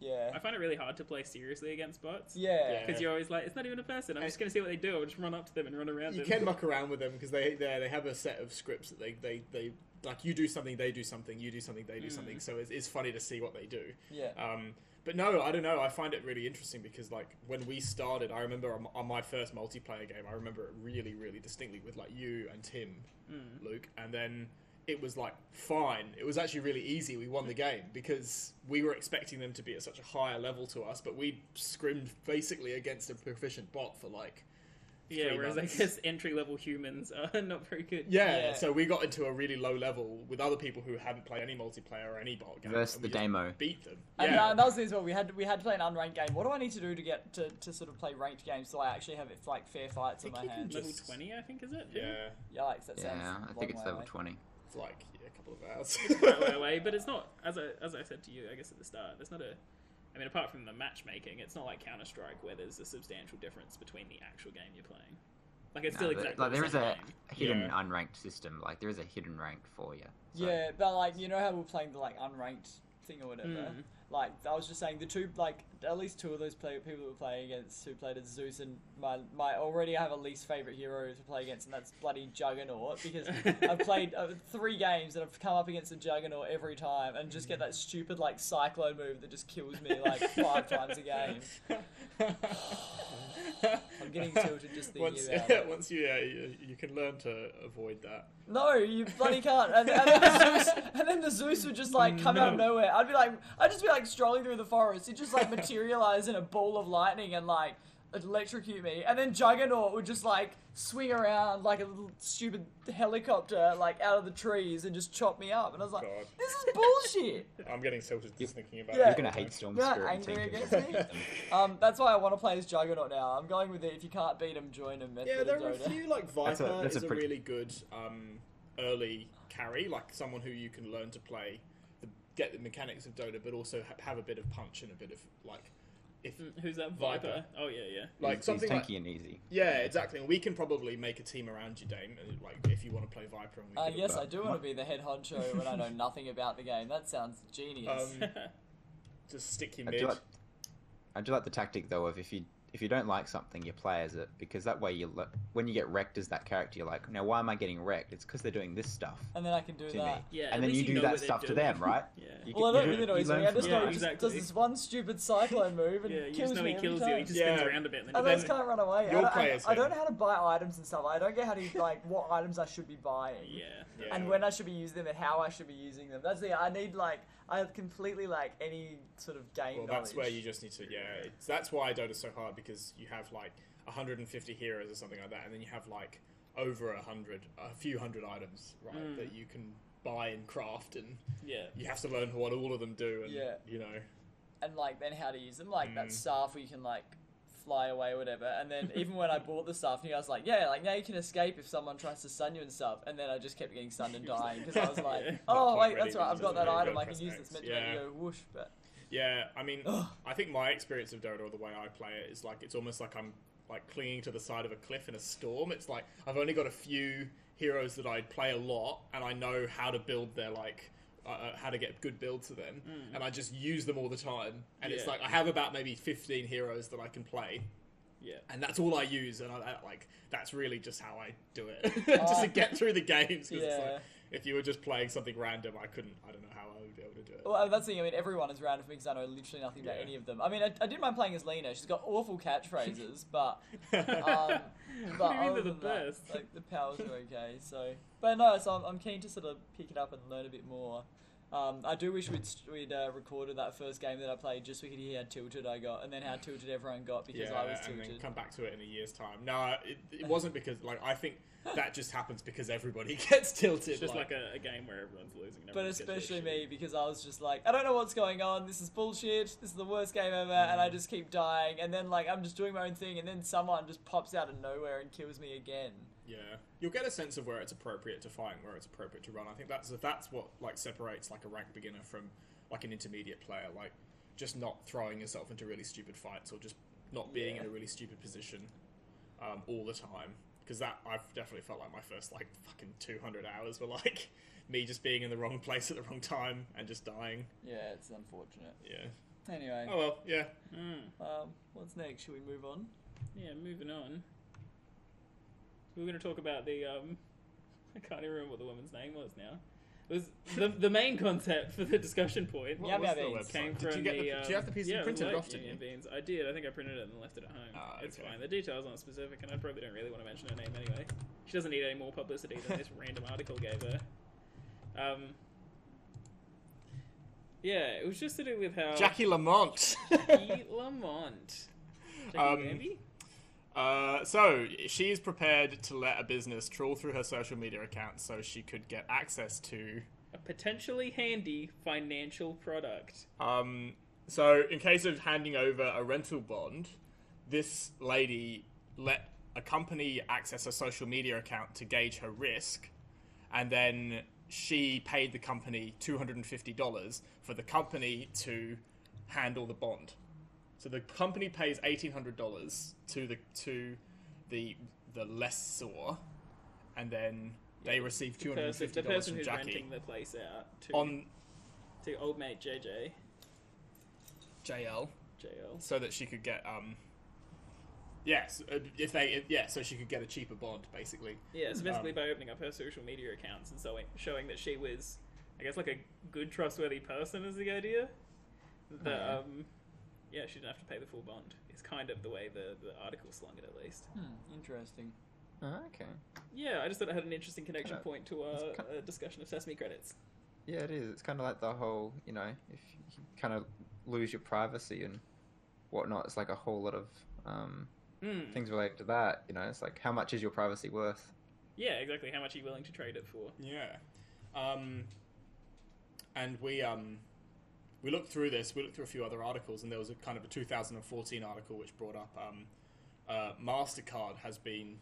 Speaker 4: yeah,
Speaker 6: I find it really hard to play seriously against bots.
Speaker 4: yeah,
Speaker 1: Yeah.
Speaker 6: Because you're always like, it's not even a person. I'm just going to see what they do. I'll just run up to them and run around
Speaker 1: you
Speaker 6: them.
Speaker 1: can muck around with them because they they they have a set of scripts that they they, they like you do something, they do something, you do something, they do something. So it's, it's funny to see what they do.
Speaker 4: yeah,
Speaker 1: Um, but no, I don't know. I find it really interesting because like when we started, I remember on, on my first multiplayer game, I remember it really, really distinctly with like you and Tim, Luke, and then it was like fine. It was actually really easy. We won the game because we were expecting them to be at such a higher level to us, but we scrimmed basically against a proficient bot for like
Speaker 6: Yeah,
Speaker 1: three
Speaker 6: whereas
Speaker 1: months.
Speaker 6: I guess entry level humans are not very good.
Speaker 1: Yeah,
Speaker 4: Yeah.
Speaker 1: so we got into a really low level with other people who hadn't played any multiplayer or any bot game.
Speaker 5: Versus
Speaker 1: and we
Speaker 5: the
Speaker 1: just
Speaker 5: demo.
Speaker 1: Beat them.
Speaker 4: And uh,
Speaker 1: yeah.
Speaker 4: that, that was the thing as well. We had we had to play an unranked game. What do I need to do to get to, to sort of play ranked games so I actually have like fair fights in
Speaker 1: think
Speaker 4: my
Speaker 1: you can
Speaker 4: hand?
Speaker 1: just-
Speaker 6: Level 20, I think, is it?
Speaker 1: yeah,
Speaker 4: Yikes, that sounds.
Speaker 5: Yeah,
Speaker 4: a
Speaker 5: I
Speaker 4: long
Speaker 5: think it's
Speaker 4: way
Speaker 5: level
Speaker 4: away.
Speaker 5: twenty.
Speaker 1: it's like yeah, a couple of hours.
Speaker 6: Quite a way away, but it's not, as I, as I said to you, I guess at the start, there's not a. I mean, apart from the matchmaking, it's not like Counter Strike where there's a substantial difference between the actual game you're playing. Like, it's
Speaker 5: No,
Speaker 6: still
Speaker 5: but,
Speaker 6: exactly
Speaker 5: like
Speaker 6: the
Speaker 5: there is
Speaker 6: same
Speaker 5: a
Speaker 6: game.
Speaker 5: hidden
Speaker 1: Yeah.
Speaker 5: unranked system. Like there is a hidden rank for you. So,
Speaker 4: Yeah, but like you know how we're playing the like unranked thing or whatever.
Speaker 6: Mm.
Speaker 4: Like I was just saying, the two like at least two of those play- people that were playing against who played as Zeus and my my already I have a least favorite hero to play against, and that's bloody Juggernaut because I've played uh, three games and I've come up against a Juggernaut every time and just get that stupid like Cyclone move that just kills me like five times a game.
Speaker 1: I'm
Speaker 4: getting tilted just thinking
Speaker 1: once,
Speaker 4: about it.
Speaker 1: Once you, yeah, you, you can learn to avoid that.
Speaker 4: No, you bloody can't. And, and, the Zeus, and then the Zeus would just like come out of
Speaker 1: No.
Speaker 4: nowhere. I'd be like, I'd just be like strolling through the forest. He'd just like materialize in a ball of lightning and like electrocute me. And then Juggernaut would just like swing around like a little stupid helicopter, like out of the trees and just chop me up. And I was like,
Speaker 1: God.
Speaker 4: this is bullshit.
Speaker 1: I'm getting tilted just thinking about
Speaker 4: Yeah.
Speaker 5: You're
Speaker 1: it.
Speaker 5: gonna hate Storm
Speaker 4: You're not
Speaker 5: Spirit. and
Speaker 4: angry
Speaker 5: think
Speaker 4: against
Speaker 5: you're-
Speaker 4: me? um, that's why I want to play as Juggernaut now. I'm going with it. If you can't beat him, join him. Method
Speaker 1: Yeah,
Speaker 4: of
Speaker 1: there are a
Speaker 4: Dota.
Speaker 1: few like Viper
Speaker 5: That's a- that's a
Speaker 1: is a,
Speaker 5: pretty-
Speaker 1: really good um, early carry, like someone who you can learn to play, the, get the mechanics of Dota, but also ha- have a bit of punch and a bit of like, if
Speaker 3: Mm,
Speaker 6: Who's that? Viper.
Speaker 1: Viper.
Speaker 6: Oh, yeah, yeah.
Speaker 1: like
Speaker 5: he's,
Speaker 1: something
Speaker 5: he's
Speaker 1: like
Speaker 5: tanky and easy.
Speaker 1: yeah, exactly. And we can probably make a team around you, Dame. and, Like if you want to play Viper, and we
Speaker 4: Uh,
Speaker 1: can
Speaker 4: yes, I
Speaker 5: But
Speaker 4: do want to be the head honcho when I know nothing about the game. That sounds genius.
Speaker 1: um, just stick you
Speaker 5: I
Speaker 1: mid.
Speaker 5: do, like, I do like the tactic though of if you if you don't like something, you play as it because that way you le- when you get wrecked as that character, you're like, now why am I getting wrecked? It's because they're doing this stuff
Speaker 4: and then I can do
Speaker 5: to
Speaker 4: that.
Speaker 5: me,
Speaker 6: Yeah, at
Speaker 5: and then
Speaker 6: least you
Speaker 5: you do
Speaker 6: know
Speaker 5: that
Speaker 6: what they're
Speaker 5: stuff to
Speaker 6: doing.
Speaker 5: them, right?
Speaker 6: Yeah.
Speaker 5: You,
Speaker 4: Well, I
Speaker 5: you
Speaker 4: don't
Speaker 5: do-
Speaker 4: really know
Speaker 5: you
Speaker 4: he's
Speaker 5: learn
Speaker 4: me. I just
Speaker 5: from
Speaker 4: know
Speaker 5: that.
Speaker 4: he just
Speaker 6: exactly.
Speaker 4: does this one stupid cyclone move and
Speaker 6: Yeah, you
Speaker 4: kills
Speaker 6: just know
Speaker 4: me
Speaker 6: he
Speaker 4: every
Speaker 6: kills
Speaker 4: time.
Speaker 6: you. He just
Speaker 1: Yeah.
Speaker 6: spins around a bit. And then
Speaker 4: And I
Speaker 6: he
Speaker 4: just can't run away. I
Speaker 1: You'll
Speaker 4: don't,
Speaker 1: play
Speaker 4: I,
Speaker 1: as
Speaker 4: I don't
Speaker 1: him.
Speaker 4: know how to buy items and stuff. I don't get how to like what items I should be buying.
Speaker 6: Yeah.
Speaker 1: Yeah.
Speaker 4: And when I should be using them and how I should be using them. That's the thing. I need like I have completely like any sort of game
Speaker 1: Well,
Speaker 4: knowledge.
Speaker 1: that's where you just need to, yeah. It's, that's why Dota's so hard because you have like 150 heroes or something like that, and then you have like over a hundred, a few hundred items, right,
Speaker 4: Hmm.
Speaker 1: that you can buy and craft, and
Speaker 6: Yeah.
Speaker 1: you have to learn what all of them do, and
Speaker 4: Yeah.
Speaker 1: you know,
Speaker 4: and like then how to use them. Like that
Speaker 1: Mm.
Speaker 4: staff where you can like fly away or whatever. And then even when I bought the staff, and I was like, yeah, like now you can escape if someone tries to sun you and stuff. And then I just kept getting sunned and dying because I was like,
Speaker 6: Yeah.
Speaker 4: oh
Speaker 1: Not
Speaker 4: wait,
Speaker 1: quite
Speaker 4: that's
Speaker 1: ready,
Speaker 4: right, I've
Speaker 1: just
Speaker 4: got that
Speaker 1: ready to
Speaker 4: item.
Speaker 1: go
Speaker 4: I can
Speaker 1: press
Speaker 4: use
Speaker 1: X.
Speaker 4: this meant to make
Speaker 1: Yeah.
Speaker 4: you go whoosh, but.
Speaker 1: yeah. I mean,
Speaker 4: Ugh.
Speaker 1: I think my experience of Dota or the way I play it is like it's almost like I'm like clinging to the side of a cliff in a storm. It's like I've only got a few heroes that I play a lot, and I know how to build their like uh, uh, how to get good builds to them, and I just use them all the time. And it's
Speaker 6: Mm. Yeah.
Speaker 1: like I have about maybe fifteen heroes that I can play.
Speaker 6: Yeah.
Speaker 1: And that's all I use, and I, I- like that's really just how I do it, just to get through the games. 'cause it's
Speaker 4: Uh, Yeah.
Speaker 1: like, if you were just playing something random, I couldn't. I don't know how I would be able to do it.
Speaker 4: Well, that's the thing. I mean, everyone is random because I know literally nothing about
Speaker 1: Yeah.
Speaker 4: any of them. I mean, I, I did mind playing as Lena. She's got awful catchphrases, but um, but
Speaker 6: do you mean
Speaker 4: other
Speaker 6: they're the
Speaker 4: than that,
Speaker 6: best?
Speaker 4: like the powers are okay. So, but no, so I'm, I'm keen to sort of pick it up and learn a bit more. Um, I do wish we'd st- we'd uh, recorded that first game that I played just so we could hear how tilted I got and then how tilted everyone got because I was
Speaker 1: and then
Speaker 4: tilted.
Speaker 1: come back to it in a year's time. No, it, it wasn't because like I think that just happens because everybody gets tilted.
Speaker 3: It's just
Speaker 1: like,
Speaker 3: like a, a game where everyone's losing. and
Speaker 4: But
Speaker 3: everyone's getting
Speaker 4: especially
Speaker 3: shitty.
Speaker 4: me because I was just like, I don't know what's going on. This is bullshit. This is the worst game ever, and
Speaker 1: Mm.
Speaker 4: I just keep dying. And then like I'm just doing my own thing, and then someone just pops out of nowhere and kills me again.
Speaker 1: yeah, you'll get a sense of where it's appropriate to fight and where it's appropriate to run. I think that's that's what like separates like a rank beginner from like an intermediate player. Like just not throwing yourself into really stupid fights or just not being in
Speaker 4: Yeah.
Speaker 1: a really stupid position um, all the time. Because that I've definitely felt like my first like fucking two hundred hours were like me just being in the wrong place at the wrong time and just dying.
Speaker 4: Yeah, it's unfortunate.
Speaker 1: Yeah.
Speaker 4: Anyway,
Speaker 1: Oh well. Yeah.
Speaker 3: Mm.
Speaker 4: um, what's next? Should we move on?
Speaker 3: Yeah, moving on. We were going to talk about the. Um, I can't even remember what the woman's name was now. It was the the main concept for the discussion point
Speaker 1: What
Speaker 4: Yeah,
Speaker 1: was the
Speaker 4: yeah,
Speaker 1: website?
Speaker 3: came
Speaker 1: did
Speaker 3: from
Speaker 1: you get the,
Speaker 3: the.
Speaker 1: do you have the
Speaker 3: um,
Speaker 1: piece
Speaker 3: yeah,
Speaker 1: you printed it
Speaker 3: light
Speaker 1: off? Didn't you?
Speaker 3: union beans. I did. I think I printed it and left it at home.
Speaker 1: Ah,
Speaker 3: it's
Speaker 1: okay.
Speaker 3: fine. The details aren't specific, and I probably don't really want to mention her name anyway. She doesn't need any more publicity than this random article gave her. Um. Yeah, it was just to do with how
Speaker 1: Jackie Lamont.
Speaker 3: Jackie Lamont. Jackie
Speaker 1: Um,
Speaker 3: Gamby?
Speaker 1: uh, so she's prepared to let a business trawl through her social media accounts so she could get access to.
Speaker 3: a potentially handy financial product.
Speaker 1: Um, so in case of handing over a rental bond, this lady let a company access her social media account to gauge her risk, and then she paid the company two hundred and fifty dollars for the company to handle the bond. So the company pays eighteen hundred dollars to the to the the lessor, and then they receive two hundred and
Speaker 3: Person,
Speaker 1: fifty
Speaker 3: the
Speaker 1: dollars
Speaker 3: person
Speaker 1: from
Speaker 3: who's
Speaker 1: Jackie
Speaker 3: renting the place out to
Speaker 1: on
Speaker 3: to old mate JJ
Speaker 1: JL.
Speaker 3: JL.
Speaker 1: so that she could get um yes uh, if they if, yeah so she could get a cheaper bond basically
Speaker 3: Yeah, so basically
Speaker 1: Um,
Speaker 3: by opening up her social media accounts and so showing that she was, I guess, like a good, trustworthy person is the idea. That um, yeah, she didn't have to pay the full bond. It's kind of the way the the article slung it at least.
Speaker 4: Hmm, interesting.
Speaker 5: Oh, okay.
Speaker 3: Yeah, I just thought it had an interesting connection
Speaker 5: Uh,
Speaker 3: point to
Speaker 5: it's
Speaker 3: our
Speaker 5: ki-
Speaker 3: uh, discussion of sesame credits.
Speaker 5: Yeah, it is. It's kind of like the whole, you know, if you kind of lose your privacy and whatnot, it's like a whole lot of um,
Speaker 3: Mm.
Speaker 5: things related to that. You know, it's like how much is your privacy worth?
Speaker 3: Yeah, exactly. How much are you willing to trade it for?
Speaker 1: yeah um and we um we looked through this we looked through a few other articles and there was a kind of a 2014 article which brought up um uh, mastercard has been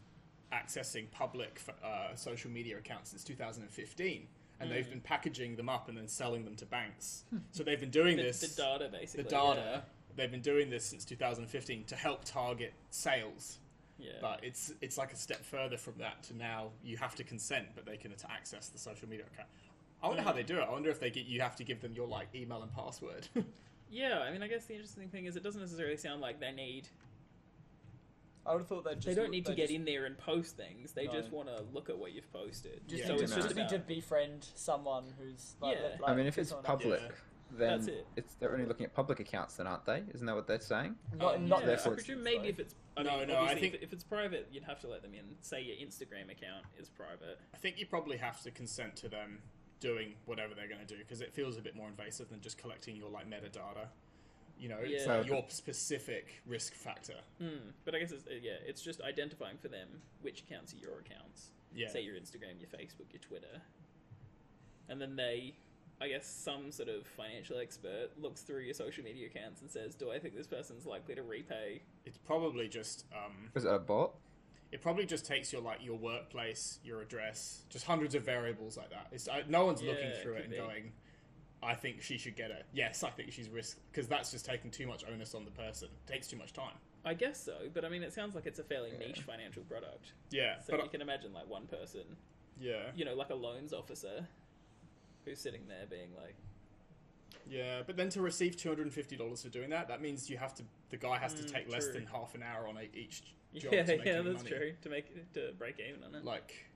Speaker 1: accessing public f- uh, social media accounts since 2015 and they've
Speaker 3: Hmm.
Speaker 1: been packaging them up and then selling them to banks so they've been doing
Speaker 3: The,
Speaker 1: this
Speaker 3: the data, basically.
Speaker 1: the data. They've been doing this since 2015 to help target sales,
Speaker 3: Yeah. yeah.
Speaker 1: but it's it's like a step further from that to now you have to consent, but they can att- access the social media account. I wonder how they do it. I wonder if they get you have to give them your like email and password.
Speaker 3: Yeah, I mean, I guess the interesting thing is it doesn't necessarily sound like they need.
Speaker 4: I would have thought that just
Speaker 3: they don't need to
Speaker 4: they
Speaker 3: get
Speaker 4: just-
Speaker 3: in there and post things. They
Speaker 4: No.
Speaker 3: just want to look at what you've posted.
Speaker 4: Just,
Speaker 1: Yeah,
Speaker 4: need,
Speaker 3: so
Speaker 4: to,
Speaker 3: it's
Speaker 5: no.
Speaker 3: just
Speaker 4: just need to
Speaker 3: about.
Speaker 4: befriend someone who's like,
Speaker 3: Yeah.
Speaker 5: I mean, if it's
Speaker 4: someone-
Speaker 5: public,
Speaker 1: Yeah.
Speaker 5: then
Speaker 3: That's it.
Speaker 5: it's they're only looking at public accounts, then aren't they? Isn't that what they're saying?
Speaker 4: not,
Speaker 1: um,
Speaker 4: not
Speaker 3: yeah,
Speaker 5: therefore
Speaker 3: I
Speaker 5: it's-
Speaker 3: presume maybe if it's. I
Speaker 1: No,
Speaker 3: mean,
Speaker 1: no, I
Speaker 3: obviously if-
Speaker 1: think-
Speaker 3: if it's private, you'd have to let them in. Say your Instagram account is private.
Speaker 1: I think you probably have to consent to them doing whatever they're going to do because it feels a bit more invasive than just collecting your like metadata. You know, it's
Speaker 3: Yeah.
Speaker 1: like your specific risk factor.
Speaker 3: Hmm. But I guess it's uh, yeah, it's just identifying for them which accounts are your accounts.
Speaker 1: Yeah,
Speaker 3: say your Instagram, your Facebook, your Twitter, and then they, I guess, some sort of financial expert looks through your social media accounts and says, "Do I think this person's likely to repay?"
Speaker 1: it's probably just um,
Speaker 5: Was it a bot?
Speaker 1: it probably just takes your like your workplace, your address, just hundreds of variables like that. It's I, no one's looking
Speaker 3: Yeah,
Speaker 1: through
Speaker 3: it
Speaker 1: it
Speaker 3: could
Speaker 1: and
Speaker 3: be.
Speaker 1: going, I think she should get it. Yes, I think she's risk because that's just taking too much onus on the person. It takes too much time.
Speaker 3: I guess so, but I mean, it sounds like it's a fairly niche financial product.
Speaker 1: Yeah,
Speaker 3: So
Speaker 1: but
Speaker 3: you can imagine like one person,
Speaker 1: yeah,
Speaker 3: you know, like a loans officer, who's sitting there being like,
Speaker 1: yeah. But then to receive two hundred and fifty dollars for doing that, that means you have to. The guy has to
Speaker 3: Mm,
Speaker 1: take less
Speaker 3: true.
Speaker 1: than half an hour on a, each job.
Speaker 3: "Yeah,
Speaker 1: to make
Speaker 3: yeah,
Speaker 1: any
Speaker 3: that's
Speaker 1: money.
Speaker 3: true." To make to break even on it.
Speaker 1: Like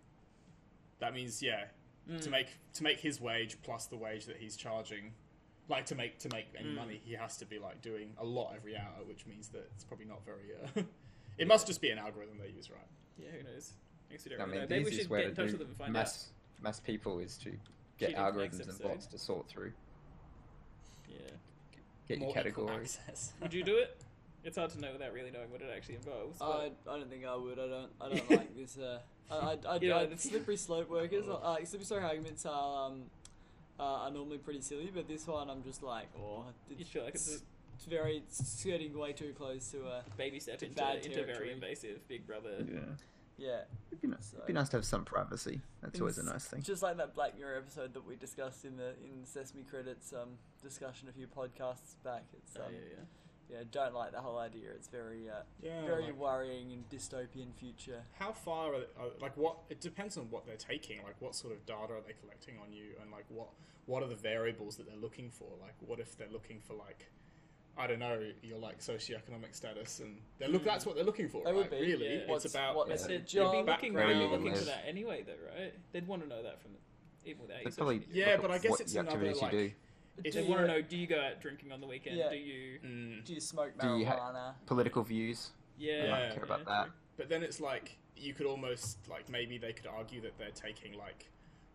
Speaker 1: that means yeah,
Speaker 3: Mm.
Speaker 1: to make to make his wage plus the wage that he's charging like to make to make any
Speaker 3: Mm.
Speaker 1: money he has to be like doing a lot every hour which means that it's probably not very uh, it must just be an algorithm they use right
Speaker 3: yeah, who knows? I guess we don't
Speaker 5: I
Speaker 3: really
Speaker 5: mean,
Speaker 3: know.
Speaker 5: the
Speaker 3: Maybe we
Speaker 5: easiest
Speaker 3: should
Speaker 5: way
Speaker 3: get
Speaker 5: to
Speaker 3: in touch
Speaker 5: do
Speaker 3: with them and find out.
Speaker 5: mass mass people is to get
Speaker 3: Cheating for next
Speaker 5: algorithms and
Speaker 1: eh?
Speaker 3: episode.
Speaker 5: bots to sort through.
Speaker 3: Yeah.
Speaker 5: Get
Speaker 1: More
Speaker 5: your
Speaker 1: equal
Speaker 5: categories.
Speaker 1: access.
Speaker 3: Would you do it? It's hard to know without really knowing what it actually involves. but-
Speaker 4: I, I don't think I would. I don't. I don't like this. Uh, I, I, I,
Speaker 3: Yeah,
Speaker 4: I-
Speaker 3: that's-
Speaker 4: slippery slope workers. Uh, like, slippery slope arguments are um, uh, are normally pretty silly, but this one I'm just like, oh,
Speaker 3: you
Speaker 4: it's,
Speaker 3: feel like it's
Speaker 4: it's very skirting way too close to uh,
Speaker 3: a baby step
Speaker 4: It's
Speaker 3: into,
Speaker 4: bad
Speaker 3: into very
Speaker 4: territory.
Speaker 3: invasive Big Brother.
Speaker 5: Yeah,
Speaker 4: yeah.
Speaker 5: it'd be, nice. it'd be nice to have some privacy. That's always a
Speaker 4: It's
Speaker 5: nice thing.
Speaker 4: Just like that Black Mirror episode that we discussed in the in the Sesame credits um, discussion a few podcasts back. It's um,
Speaker 3: Oh, yeah, yeah.
Speaker 4: yeah, don't like the whole idea. It's very uh,
Speaker 1: Yeah,
Speaker 4: very
Speaker 1: like-
Speaker 4: worrying and dystopian future.
Speaker 1: How far are, are like what? It depends on what they're taking. Like what sort of data are they collecting on you, and like what what are the variables that they're looking for? Like what if they're looking for like I don't know your like socioeconomic status, and they look that's what they're looking for.
Speaker 4: They
Speaker 1: right?
Speaker 4: Hmm. would be,
Speaker 1: really.
Speaker 3: yeah.
Speaker 1: It's
Speaker 4: What's-
Speaker 1: about
Speaker 4: what-
Speaker 3: But
Speaker 5: Yeah.
Speaker 3: they'd, they'd be
Speaker 4: Your
Speaker 3: looking,
Speaker 5: Where
Speaker 3: they'd
Speaker 5: you
Speaker 3: be looking for
Speaker 5: live.
Speaker 3: that anyway, though, right? They'd want to know that from the, even without you.
Speaker 5: They'd probably
Speaker 1: Yeah,
Speaker 5: look at
Speaker 1: but I guess
Speaker 5: what
Speaker 1: it's
Speaker 5: the
Speaker 1: another,
Speaker 5: activities
Speaker 1: like-
Speaker 5: you do.
Speaker 3: They
Speaker 4: Do
Speaker 3: want
Speaker 4: you-
Speaker 3: to know: Do you go out drinking on the weekend?
Speaker 4: Yeah.
Speaker 3: Do you?
Speaker 1: Mm.
Speaker 4: Do you smoke
Speaker 5: Do
Speaker 4: marijuana?
Speaker 5: you ha- political views.
Speaker 3: Yeah,
Speaker 5: I
Speaker 1: Yeah,
Speaker 5: don't care
Speaker 3: yeah.
Speaker 5: about that.
Speaker 1: But then it's like you could almost like maybe they could argue that they're taking like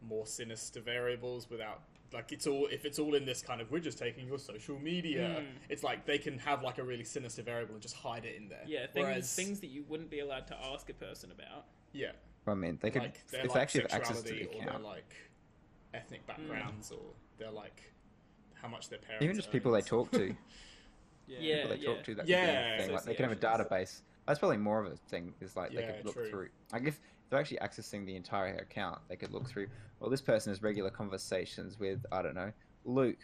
Speaker 1: more sinister variables without like it's all if it's all in this kind of we're just taking your social
Speaker 4: Hmm.
Speaker 1: media.
Speaker 3: Mm.
Speaker 1: It's like they can have like a really sinister variable and just hide it in there.
Speaker 3: Yeah, things
Speaker 1: Whereas,
Speaker 3: things that you wouldn't be allowed to ask a person about.
Speaker 1: yeah,
Speaker 5: I mean, they could
Speaker 1: like their
Speaker 5: if they
Speaker 1: like
Speaker 5: actually have access to
Speaker 1: sexuality
Speaker 5: the
Speaker 1: or their
Speaker 5: account,
Speaker 1: like ethnic backgrounds or their like how much their parents
Speaker 5: even just
Speaker 1: earn
Speaker 5: people they
Speaker 1: and
Speaker 5: talk
Speaker 1: stuff.
Speaker 5: to,
Speaker 3: Yeah.
Speaker 5: people they talk to. That could
Speaker 1: Yeah,
Speaker 5: be a thing. Like, they could have a
Speaker 3: associations.
Speaker 5: database. That's probably more of a thing. Is like they
Speaker 1: Yeah,
Speaker 5: could look
Speaker 1: true.
Speaker 5: through. Like if they're actually accessing the entire account, they could look through. Well, this person has regular conversations with I don't know Luke,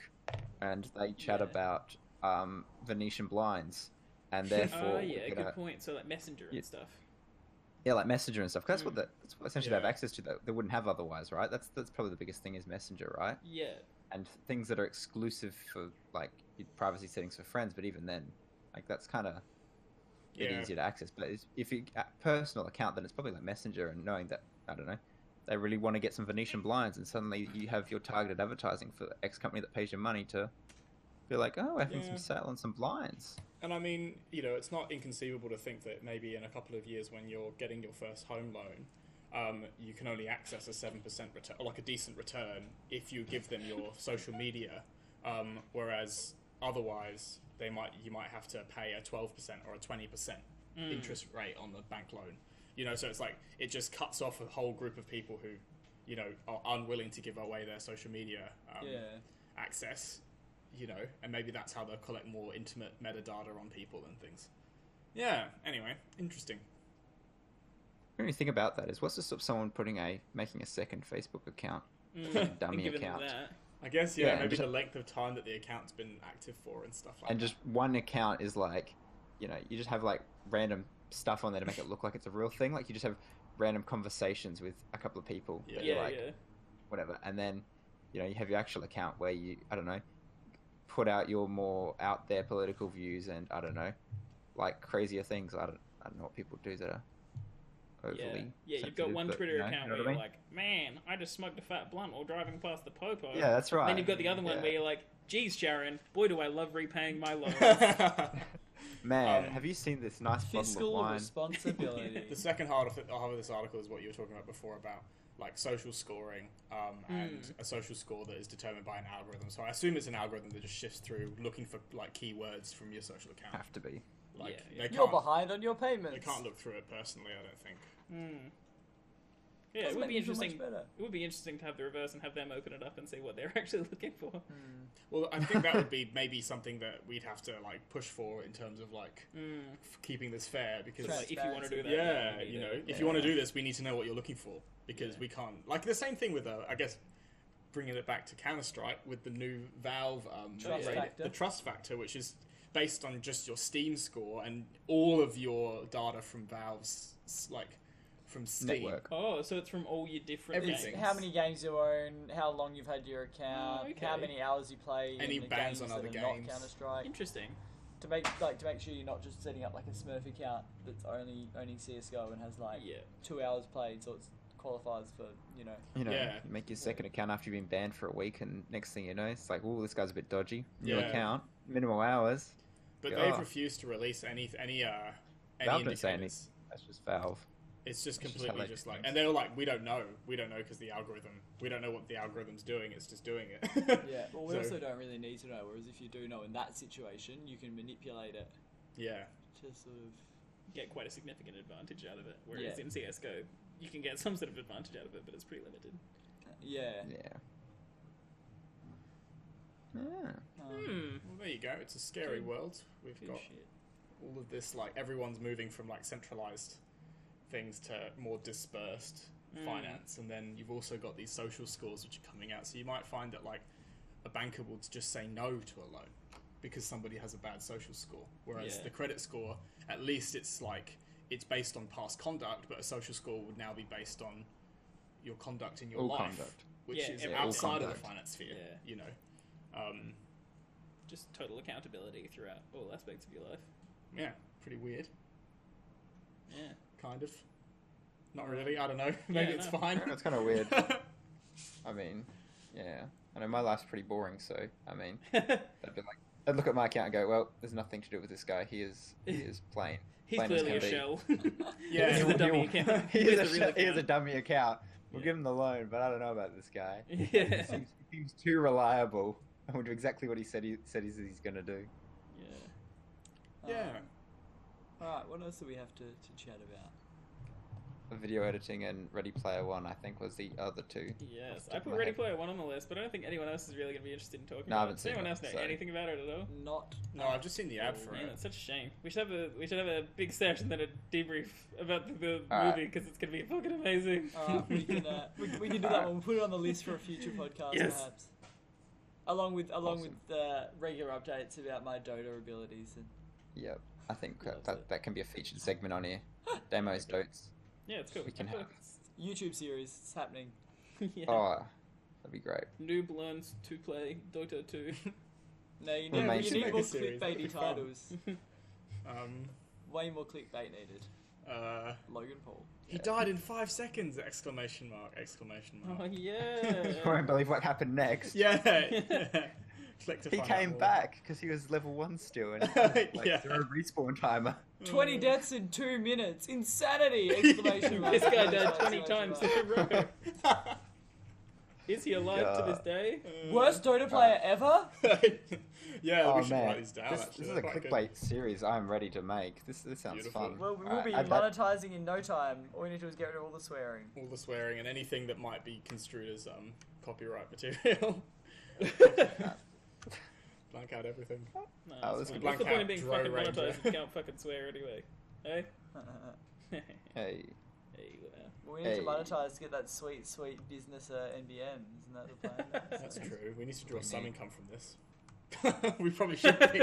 Speaker 5: and they chat
Speaker 3: Yeah.
Speaker 5: about um, Venetian blinds, and therefore
Speaker 3: Oh,
Speaker 5: we
Speaker 3: yeah,
Speaker 5: could, uh,
Speaker 3: good point. So like messenger
Speaker 5: Yeah.
Speaker 3: and stuff.
Speaker 5: yeah, like Messenger and stuff. 'cause that's what the, that's what essentially they
Speaker 1: Yeah.
Speaker 5: have access to that they wouldn't have otherwise, right? That's that's probably the biggest thing is Messenger, right?
Speaker 3: Yeah,
Speaker 5: and things that are exclusive for like your privacy settings for friends. But even then, like that's kind of a bit
Speaker 1: Yeah.
Speaker 5: easier to access. But it's, if you a personal account, then it's probably like Messenger and knowing that I don't know they really want to get some Venetian blinds, and suddenly you have your targeted advertising for X company that pays your money to be like, oh, we're having
Speaker 1: Yeah.
Speaker 5: some sale on some blinds.
Speaker 1: And I mean, you know, it's not inconceivable to think that maybe in a couple of years when you're getting your first home loan, um, you can only access a 7% return, or like a decent return, if you give them your social media. Um, whereas otherwise, they might you might have to pay a 12% or a 20% interest rate on the bank loan. You know, so it's like it just cuts off a whole group of people who, you know, are unwilling to give away their social media um,
Speaker 4: Yeah.
Speaker 1: access, you know, and maybe that's how they'll collect more intimate metadata on people and things. Yeah, anyway, interesting.
Speaker 5: The only thing about that is, what's to stop someone putting a making a second Facebook account, a
Speaker 3: and
Speaker 5: dummy
Speaker 3: given them
Speaker 5: account,
Speaker 3: that,
Speaker 1: I guess, yeah,
Speaker 5: Yeah,
Speaker 1: maybe
Speaker 5: just-
Speaker 1: the length of time that the account's been active for and stuff like
Speaker 5: and
Speaker 1: that.
Speaker 5: just one account is like, you know, you just have like random stuff on there to make it look like it's a real thing. Like you just have random conversations with a couple of people,
Speaker 1: Yeah.
Speaker 5: that you're
Speaker 3: yeah,
Speaker 5: like
Speaker 3: yeah.
Speaker 5: whatever. And then, you know, you have your actual account where you, I don't know, put out your more out there political views and I don't know, like crazier things. I don't, I don't know what people do that are
Speaker 3: Yeah,
Speaker 5: overly.
Speaker 3: yeah you've got
Speaker 5: sensitive,
Speaker 3: one
Speaker 5: but,
Speaker 3: Twitter
Speaker 5: you know,
Speaker 3: account
Speaker 5: you know
Speaker 3: where
Speaker 5: what I
Speaker 3: you're like, man, I just smoked a fat blunt while driving past the popo.
Speaker 5: mean? yeah, that's right.
Speaker 3: uh, Then you've got the other one
Speaker 5: Yeah.
Speaker 3: where you're like, geez, Sharon, boy, do I love repaying my loan.
Speaker 5: man,
Speaker 1: um,
Speaker 5: have you seen this nice bottle of
Speaker 4: Fiscal
Speaker 5: wine?
Speaker 4: responsibility.
Speaker 1: the second half of, half of this article is what you were talking about before about like social scoring um, and a social score that is determined by an algorithm. So I assume it's an algorithm that just shifts through looking for like keywords from your social account.
Speaker 5: Have to be.
Speaker 1: Like
Speaker 3: Yeah, yeah.
Speaker 1: they
Speaker 4: You're
Speaker 1: can't
Speaker 4: behind on your
Speaker 1: they
Speaker 4: payments.
Speaker 1: can't look through it personally. I don't think.
Speaker 3: yeah, Hmm. it
Speaker 4: Doesn't
Speaker 3: would
Speaker 4: make
Speaker 3: be
Speaker 4: you feel much
Speaker 3: interesting.
Speaker 4: better.
Speaker 3: It would be interesting to have the reverse and have them open it up and see what they're actually looking for.
Speaker 1: Well, I think that would be maybe something that we'd have to like push for in terms of like f- keeping this fair because
Speaker 3: Like, if you want to do that,
Speaker 1: yeah,
Speaker 3: then
Speaker 1: you
Speaker 3: do
Speaker 1: know,
Speaker 3: that.
Speaker 1: if you want to do this, we need to know what you're looking for because
Speaker 3: Yeah.
Speaker 1: we can't like the same thing with uh, I guess bringing it back to Counter Strike with the new Valve um,
Speaker 4: Trust
Speaker 1: rating-
Speaker 4: factor.
Speaker 1: the trust factor, which is based on just your Steam score and all of your data from Valve's s- like from Steam.
Speaker 5: Network.
Speaker 3: Oh, so it's from all your different
Speaker 4: It's
Speaker 1: Everything.
Speaker 3: games.
Speaker 4: how many games you own, how long you've had your account,
Speaker 3: Oh, okay.
Speaker 4: how many hours you play,
Speaker 1: Any
Speaker 4: in the
Speaker 1: bans
Speaker 4: games
Speaker 1: on other
Speaker 4: that are
Speaker 1: games.
Speaker 4: not Counter Strike,
Speaker 3: Interesting.
Speaker 4: to make like to make sure you're not just setting up like a Smurf account that's only owning CS:GO and has like
Speaker 3: Yeah.
Speaker 4: two hours played, so it's qualifies for you know.
Speaker 5: You know,
Speaker 1: Yeah.
Speaker 5: you make your second account after you've been banned for a week, and next thing you know, it's like, oh, this guy's a bit dodgy. New
Speaker 1: Yeah.
Speaker 5: account, minimal hours.
Speaker 1: But
Speaker 5: Yeah.
Speaker 1: they've refused to release any any uh any
Speaker 5: Valve didn't say
Speaker 1: indicators.
Speaker 5: That's just Valve.
Speaker 1: It's just
Speaker 5: It's just
Speaker 1: completely
Speaker 5: how
Speaker 1: just,
Speaker 5: they do
Speaker 1: like,
Speaker 5: things.
Speaker 1: and they were like, we don't know, we don't know because the algorithm, we don't know what the algorithm's doing. It's just doing it.
Speaker 4: Yeah, well, we
Speaker 1: So,
Speaker 4: also don't really need to know. Whereas if you do know in that situation, you can manipulate it
Speaker 1: yeah,
Speaker 4: to sort of.
Speaker 3: get quite a significant advantage out of it. Whereas
Speaker 4: Yeah.
Speaker 3: in CS:GO, you can get some sort of advantage out of it, but it's pretty limited.
Speaker 4: Yeah.
Speaker 5: Yeah. Yeah.
Speaker 4: Um,
Speaker 6: Hmm.
Speaker 1: well, there you go. It's a scary world. We've
Speaker 3: Good
Speaker 1: got
Speaker 3: shit.
Speaker 1: all of this like everyone's moving from like centralized things to more dispersed
Speaker 3: Mm.
Speaker 1: finance and then you've also got these social scores which are coming out so you might find that like a banker will just say no to a loan because somebody has a bad social score whereas
Speaker 3: Yeah.
Speaker 1: the credit score at least it's like it's based on past conduct but a social score would now be based on your conduct in your
Speaker 5: All
Speaker 1: life
Speaker 5: conduct.
Speaker 1: which
Speaker 3: Yeah,
Speaker 1: is
Speaker 3: yeah,
Speaker 5: all
Speaker 1: outside of the
Speaker 5: conduct.
Speaker 1: finance sphere
Speaker 3: Yeah.
Speaker 1: you know um,
Speaker 3: Just total accountability throughout all aspects of your life.
Speaker 1: yeah pretty weird
Speaker 3: Yeah.
Speaker 1: kind of. Not really. I don't know. Maybe
Speaker 3: Yeah,
Speaker 1: it's
Speaker 3: no.
Speaker 1: fine.
Speaker 5: That's kind of weird. I mean, yeah. I know my life's pretty boring, so I mean, I'd be like, I'd look at my account and go, well, there's nothing to do with this guy. He is, he is plain.
Speaker 3: He's
Speaker 5: plain as
Speaker 3: clearly a
Speaker 5: can be.
Speaker 3: shell.
Speaker 1: Yeah.
Speaker 3: Here's the dummy account.
Speaker 5: He
Speaker 3: Here's
Speaker 5: is,
Speaker 3: the
Speaker 5: a,
Speaker 3: real
Speaker 5: he is a
Speaker 3: account.
Speaker 5: dummy account. We'll
Speaker 3: Yeah.
Speaker 5: give him the loan, but I don't know about this guy.
Speaker 3: Yeah.
Speaker 5: He seems, he seems too reliable. I will do exactly what he said he said he's, he's going to do.
Speaker 3: Yeah.
Speaker 1: yeah.
Speaker 3: Oh.
Speaker 4: um, Alright, what else do we have to, to chat about?
Speaker 5: Video editing and Ready Player One, I think, was the other two.
Speaker 3: Yes,
Speaker 5: Off the top
Speaker 3: I
Speaker 5: of
Speaker 3: put
Speaker 5: my
Speaker 3: Ready
Speaker 5: head.
Speaker 3: Player One on the list, but I don't think anyone else is really going to be interested in talking
Speaker 5: No, I
Speaker 3: about
Speaker 5: haven't
Speaker 3: it. Does
Speaker 5: seen
Speaker 3: anyone
Speaker 5: it,
Speaker 3: else know
Speaker 5: so-
Speaker 3: anything about it at all?
Speaker 4: Not.
Speaker 1: No, I've just seen the ad for
Speaker 3: Man,
Speaker 1: it.
Speaker 3: that's such a shame. We should have a we should have a big session then a debrief about the, the
Speaker 5: Alright.
Speaker 3: movie because it's going to be fucking amazing.
Speaker 4: Alright, we can uh, we, we can do that
Speaker 5: Alright.
Speaker 4: one. We'll put it on the list for a future podcast,
Speaker 3: Yes.
Speaker 4: perhaps. Along with along
Speaker 5: Awesome.
Speaker 4: with uh, regular updates about my Dota abilities and
Speaker 5: Yep. I think
Speaker 4: Love
Speaker 5: that, that,
Speaker 4: it.
Speaker 5: that can be a featured segment on here. Demos, dotes.
Speaker 3: yeah, it's cool.
Speaker 5: We can
Speaker 3: I feel
Speaker 5: have-
Speaker 3: like it's-
Speaker 4: YouTube series. It's happening.
Speaker 3: yeah.
Speaker 5: Oh, that'd be great.
Speaker 3: Noob learns to play Dota 2.
Speaker 4: No, you
Speaker 5: Well,
Speaker 4: need,
Speaker 5: maybe
Speaker 4: you
Speaker 5: make
Speaker 4: need
Speaker 5: a
Speaker 4: more
Speaker 1: series, that'd be
Speaker 4: clickbaity
Speaker 1: fun.
Speaker 4: titles.
Speaker 1: Um,
Speaker 4: Way more clickbait needed.
Speaker 1: uh,
Speaker 4: Logan Paul.
Speaker 1: he died in five seconds! Exclamation mark! Exclamation
Speaker 3: oh
Speaker 1: mark!
Speaker 5: You won't
Speaker 3: yeah.
Speaker 5: believe what happened next.
Speaker 1: Yeah. yeah. Click to
Speaker 5: He
Speaker 1: find out
Speaker 5: came
Speaker 1: more.
Speaker 5: back because he was level one still and like
Speaker 1: Yeah.
Speaker 5: zero respawn timer.
Speaker 3: Mm.
Speaker 4: 20 deaths in two minutes. Insanity! Exclamation mark.
Speaker 3: this guy
Speaker 4: exclamation
Speaker 3: died
Speaker 4: mark,
Speaker 3: 20
Speaker 4: exclamation
Speaker 3: times
Speaker 4: mark.
Speaker 3: in a row. Is he alive to this
Speaker 5: God.
Speaker 3: day?
Speaker 4: Worst Dota player ever?
Speaker 1: yeah,
Speaker 5: oh
Speaker 1: we should
Speaker 5: man,
Speaker 1: write these down.
Speaker 5: this,
Speaker 1: actually.
Speaker 5: this is
Speaker 1: They're
Speaker 5: a
Speaker 1: quite good.
Speaker 5: clickbait series I'm ready to make. This this sounds
Speaker 1: Beautiful.
Speaker 5: fun.
Speaker 4: Well, we will
Speaker 5: Alright,
Speaker 4: be
Speaker 5: I'd like-
Speaker 4: monetizing in no time. All we need to do is get rid of all the swearing.
Speaker 1: All the swearing and anything that might be construed as um, copyright material. Blank out everything.
Speaker 3: No,
Speaker 5: Oh,
Speaker 3: it's
Speaker 5: this
Speaker 3: fine.
Speaker 5: would
Speaker 3: What's
Speaker 1: be
Speaker 3: the point of being
Speaker 1: Black Hat,
Speaker 3: fucking
Speaker 1: Drone Ranger.
Speaker 3: monetized if you can't fucking swear anyway? Eh? Hey? hey,
Speaker 5: hey,
Speaker 3: wow.
Speaker 4: we need
Speaker 5: Hey.
Speaker 4: to monetize to get that sweet, sweet business uh, NBM. Isn't that the plan?
Speaker 1: That's true. We need to draw
Speaker 5: We
Speaker 1: some
Speaker 5: need-
Speaker 1: income from this. we probably should be.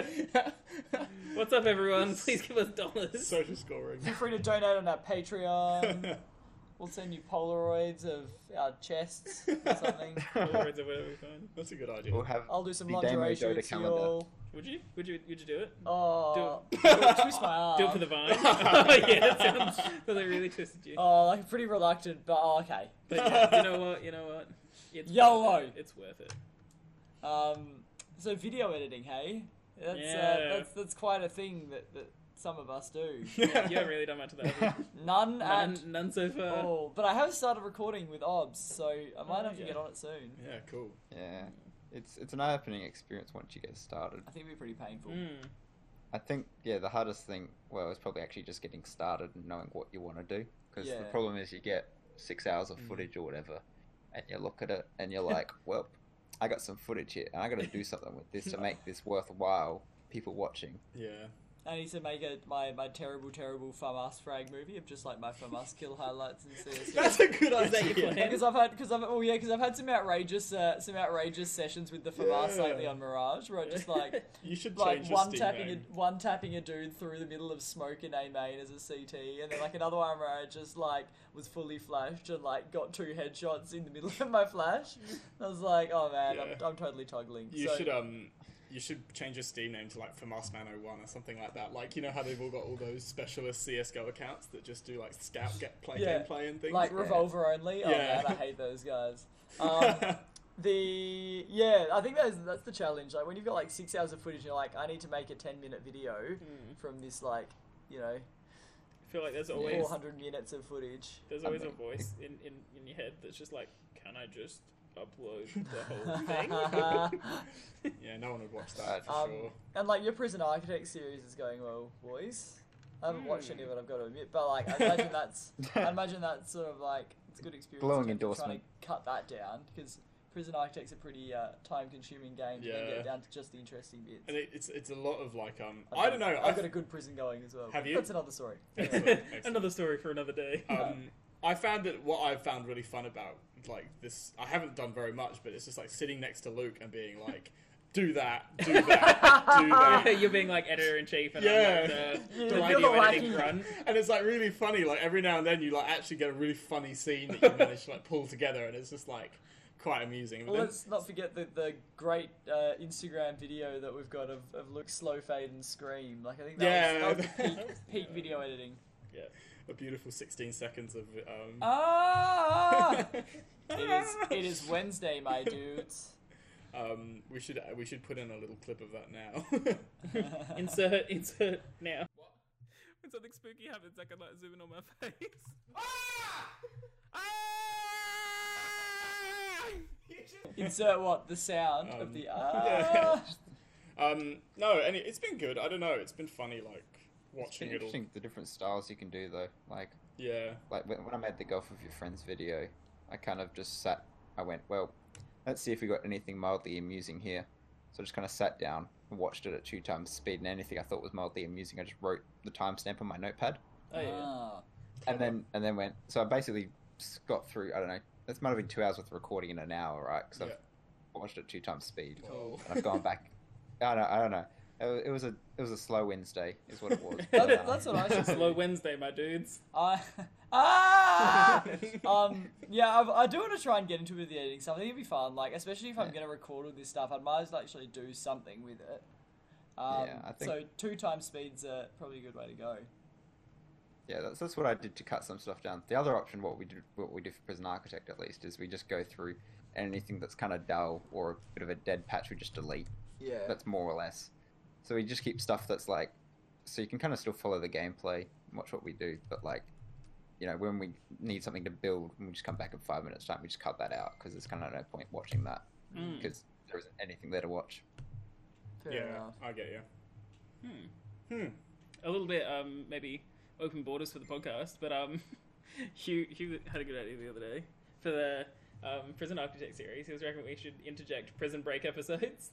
Speaker 3: What's up, everyone? Please give us dollars.
Speaker 1: Social scoring.
Speaker 4: Feel free to donate on our Patreon. We'll send you Polaroids of our chests or something.
Speaker 3: Polaroids or whatever we find.
Speaker 1: That's a good idea.
Speaker 5: we'll have
Speaker 4: I'll do some
Speaker 5: the
Speaker 4: lingerie
Speaker 5: Damo
Speaker 4: shoots
Speaker 5: Dota
Speaker 4: for
Speaker 5: calendar.
Speaker 4: y'all.
Speaker 3: Would you? Would you? Would you do it?
Speaker 4: Oh,
Speaker 3: Do
Speaker 4: oh, twist my arm.
Speaker 3: Do it for the vine. oh, yeah, that sounds. That they really twisted you.
Speaker 4: Oh, like pretty reluctant, but oh, okay.
Speaker 3: But yeah, you know what? You know what? It's
Speaker 4: YOLO.
Speaker 3: Worth it. It's worth it.
Speaker 4: Um, so video editing, hey, that's
Speaker 3: Yeah.
Speaker 4: uh, that's that's quite a thing that, that some of us do.
Speaker 3: Yeah, you haven't really done much of that. Have you?
Speaker 4: None
Speaker 3: None,
Speaker 4: at
Speaker 3: none so far.
Speaker 6: Oh.
Speaker 4: all. But I have started recording with OBS, so I might
Speaker 3: Oh,
Speaker 4: have to
Speaker 3: yeah.
Speaker 4: get on it soon.
Speaker 1: Yeah, cool.
Speaker 5: yeah, it's it's an eye-opening experience once you get started.
Speaker 4: I think it'd be pretty painful.
Speaker 3: Mm.
Speaker 5: I think yeah, the hardest thing well is probably actually just getting started and knowing what you want to do because the
Speaker 4: Yeah.
Speaker 5: problem is you get six hours
Speaker 1: Mm.
Speaker 5: of footage or whatever, and you look at it and you're like, well, I got some footage here and I got to do something with this to make this worthwhile people watching.
Speaker 1: Yeah.
Speaker 4: I need to make a, my my terrible terrible FAMAS frag movie of just like my FAMAS kill highlights and CS.
Speaker 1: That's a good
Speaker 3: that your
Speaker 1: idea.
Speaker 3: plan?
Speaker 4: Because I've had, because I've, oh yeah, because I've had some outrageous, uh, some outrageous sessions with the FAMAS
Speaker 1: Yeah.
Speaker 4: lately on Mirage, where I just like
Speaker 1: You should
Speaker 4: like
Speaker 1: change
Speaker 4: one
Speaker 1: the Steam
Speaker 4: tapping
Speaker 1: name.
Speaker 4: a one tapping a dude through the middle of smoke in A main as a CT, and then like another one where I just like was fully flashed and like got two headshots in the middle of my flash. I was like, oh man,
Speaker 1: Yeah.
Speaker 4: I'm, I'm totally toggling.
Speaker 1: You
Speaker 4: so,
Speaker 1: should um, you should change your Steam name to like Famasman 01 or something like that. Like you know how they've all got all those specialist CS:GO accounts that just do like scout get play
Speaker 4: Yeah.
Speaker 1: gameplay and things.
Speaker 4: like revolver only. Oh
Speaker 1: Yeah.
Speaker 4: man, I hate those guys. Um, the yeah, I think that's that's the challenge. Like when you've got like six
Speaker 1: Mm.
Speaker 4: hours of footage, and you're like, I need to make a ten minute video from this like you know
Speaker 3: feel like there's always
Speaker 4: 400 minutes of footage.
Speaker 3: there's always a
Speaker 5: Something.
Speaker 3: voice in, in, in your head that's just like, can I just upload the whole thing?
Speaker 1: Yeah, no one would watch that
Speaker 5: Right.
Speaker 1: Uh, for
Speaker 4: Um,
Speaker 1: sure.
Speaker 4: And like your Prison Architect series is going well, boys. I haven't watched
Speaker 1: Hmm.
Speaker 4: any of it, I've got to admit, but like I imagine that's I imagine that's sort of like it's a good experience.
Speaker 5: Glowing
Speaker 4: in terms of
Speaker 5: endorsement.
Speaker 4: Trying to cut that down because Prison Architect's a pretty uh, time-consuming game to then
Speaker 1: Yeah.
Speaker 4: get down to just the interesting bits.
Speaker 1: And it, it's it's a lot of like um
Speaker 4: I've
Speaker 1: I
Speaker 4: got-
Speaker 1: don't know
Speaker 4: I've got a good prison going as well.
Speaker 1: Have you?
Speaker 4: That's another story.
Speaker 1: Excellent, excellent.
Speaker 3: Another story for another day.
Speaker 1: um, I found that what I found really fun about like this, I haven't done very much, but it's just like sitting next to Luke and being like, "Do that, do that, do
Speaker 6: Ah.
Speaker 1: that."
Speaker 3: You're being like editor in chief, and
Speaker 1: Yeah.
Speaker 3: I'm like the,
Speaker 4: You're
Speaker 3: the
Speaker 4: the
Speaker 3: radio editing
Speaker 4: wacky-
Speaker 3: grunt.
Speaker 1: And it's like really funny. Like every now and then, you like actually get a really funny scene that you manage to like pull together, and it's just like quite amusing. But
Speaker 4: Well,
Speaker 1: then-
Speaker 4: let's not forget the, the great uh, Instagram video that we've got of, of Luke slow fade and scream. Like I think that was, that
Speaker 1: Yeah.
Speaker 4: was peak, peak video editing.
Speaker 1: a beautiful 16 seconds of um.
Speaker 4: Ah! it is it is Wednesday, my dudes.
Speaker 1: um, we should we should put in a little clip of that now.
Speaker 3: Insert, insert now.
Speaker 6: When something spooky happens, I can like zoom in on my face. Ah! Ah!
Speaker 4: Insert what the sound
Speaker 1: Um,
Speaker 4: of the
Speaker 1: yeah.
Speaker 4: ah.
Speaker 1: um, no, and it, it's been good. I don't know. It's been funny, like
Speaker 5: It's been
Speaker 1: watching it all.
Speaker 5: interesting the different styles you can do though. Like
Speaker 1: Yeah.
Speaker 5: like when, when I made the golf with your friends video, I kind of just sat. I went well, let's see if we got anything mildly amusing here. So I just kind of sat down and watched it at two times speed, and anything I thought was mildly amusing, I just wrote the timestamp on my notepad,
Speaker 3: Oh, yeah.
Speaker 4: Ah.
Speaker 5: and then and then went. So I basically s- got through. I don't know. That's might have been two hours worth of recording in an hour, right? Because
Speaker 1: Yeah. Oh,
Speaker 5: I've watched it two times speed.
Speaker 1: Cool.
Speaker 5: And I've gone back. I don't. I don't know. It wa- It was a it was a slow Wednesday, is what it was.
Speaker 1: That-
Speaker 5: But, uh,
Speaker 4: that's what I should
Speaker 3: Slow Wednesday, my dudes.
Speaker 4: I ah! um, yeah, I, I do want to try and get into it with the editing stuff. I think it'd be fun. Like, especially if I'm
Speaker 5: Yeah.
Speaker 4: going to record all this stuff, I might as well actually do something with it. Um,
Speaker 5: Yeah, I
Speaker 4: So
Speaker 5: think-
Speaker 4: two times speeds are probably a good way to go.
Speaker 5: Yeah, that's, that's what I did to cut some stuff down. The other option, what we do, what we do for Prison Architect at least, is we just go through anything that's kind of dull or a bit of a dead patch. We just delete.
Speaker 4: Yeah.
Speaker 5: That's more or less. So we just keep stuff that's like, so you can kind of still follow the gameplay, and watch what we do, but like, you know, when we need something to build, when we just come back in five minutes time, we just cut that out because there's kind of no point watching that
Speaker 3: Hmm.
Speaker 4: Hmm.
Speaker 5: because there isn't anything there to watch.
Speaker 4: Fair
Speaker 1: yeah,
Speaker 4: enough.
Speaker 1: I get Hmm. you.
Speaker 5: Hmm.
Speaker 3: a little bit um maybe open borders for the podcast, but um Hugh Hugh had a good idea the other day for the um, prison architect series. He was reckoning we should interject prison break episodes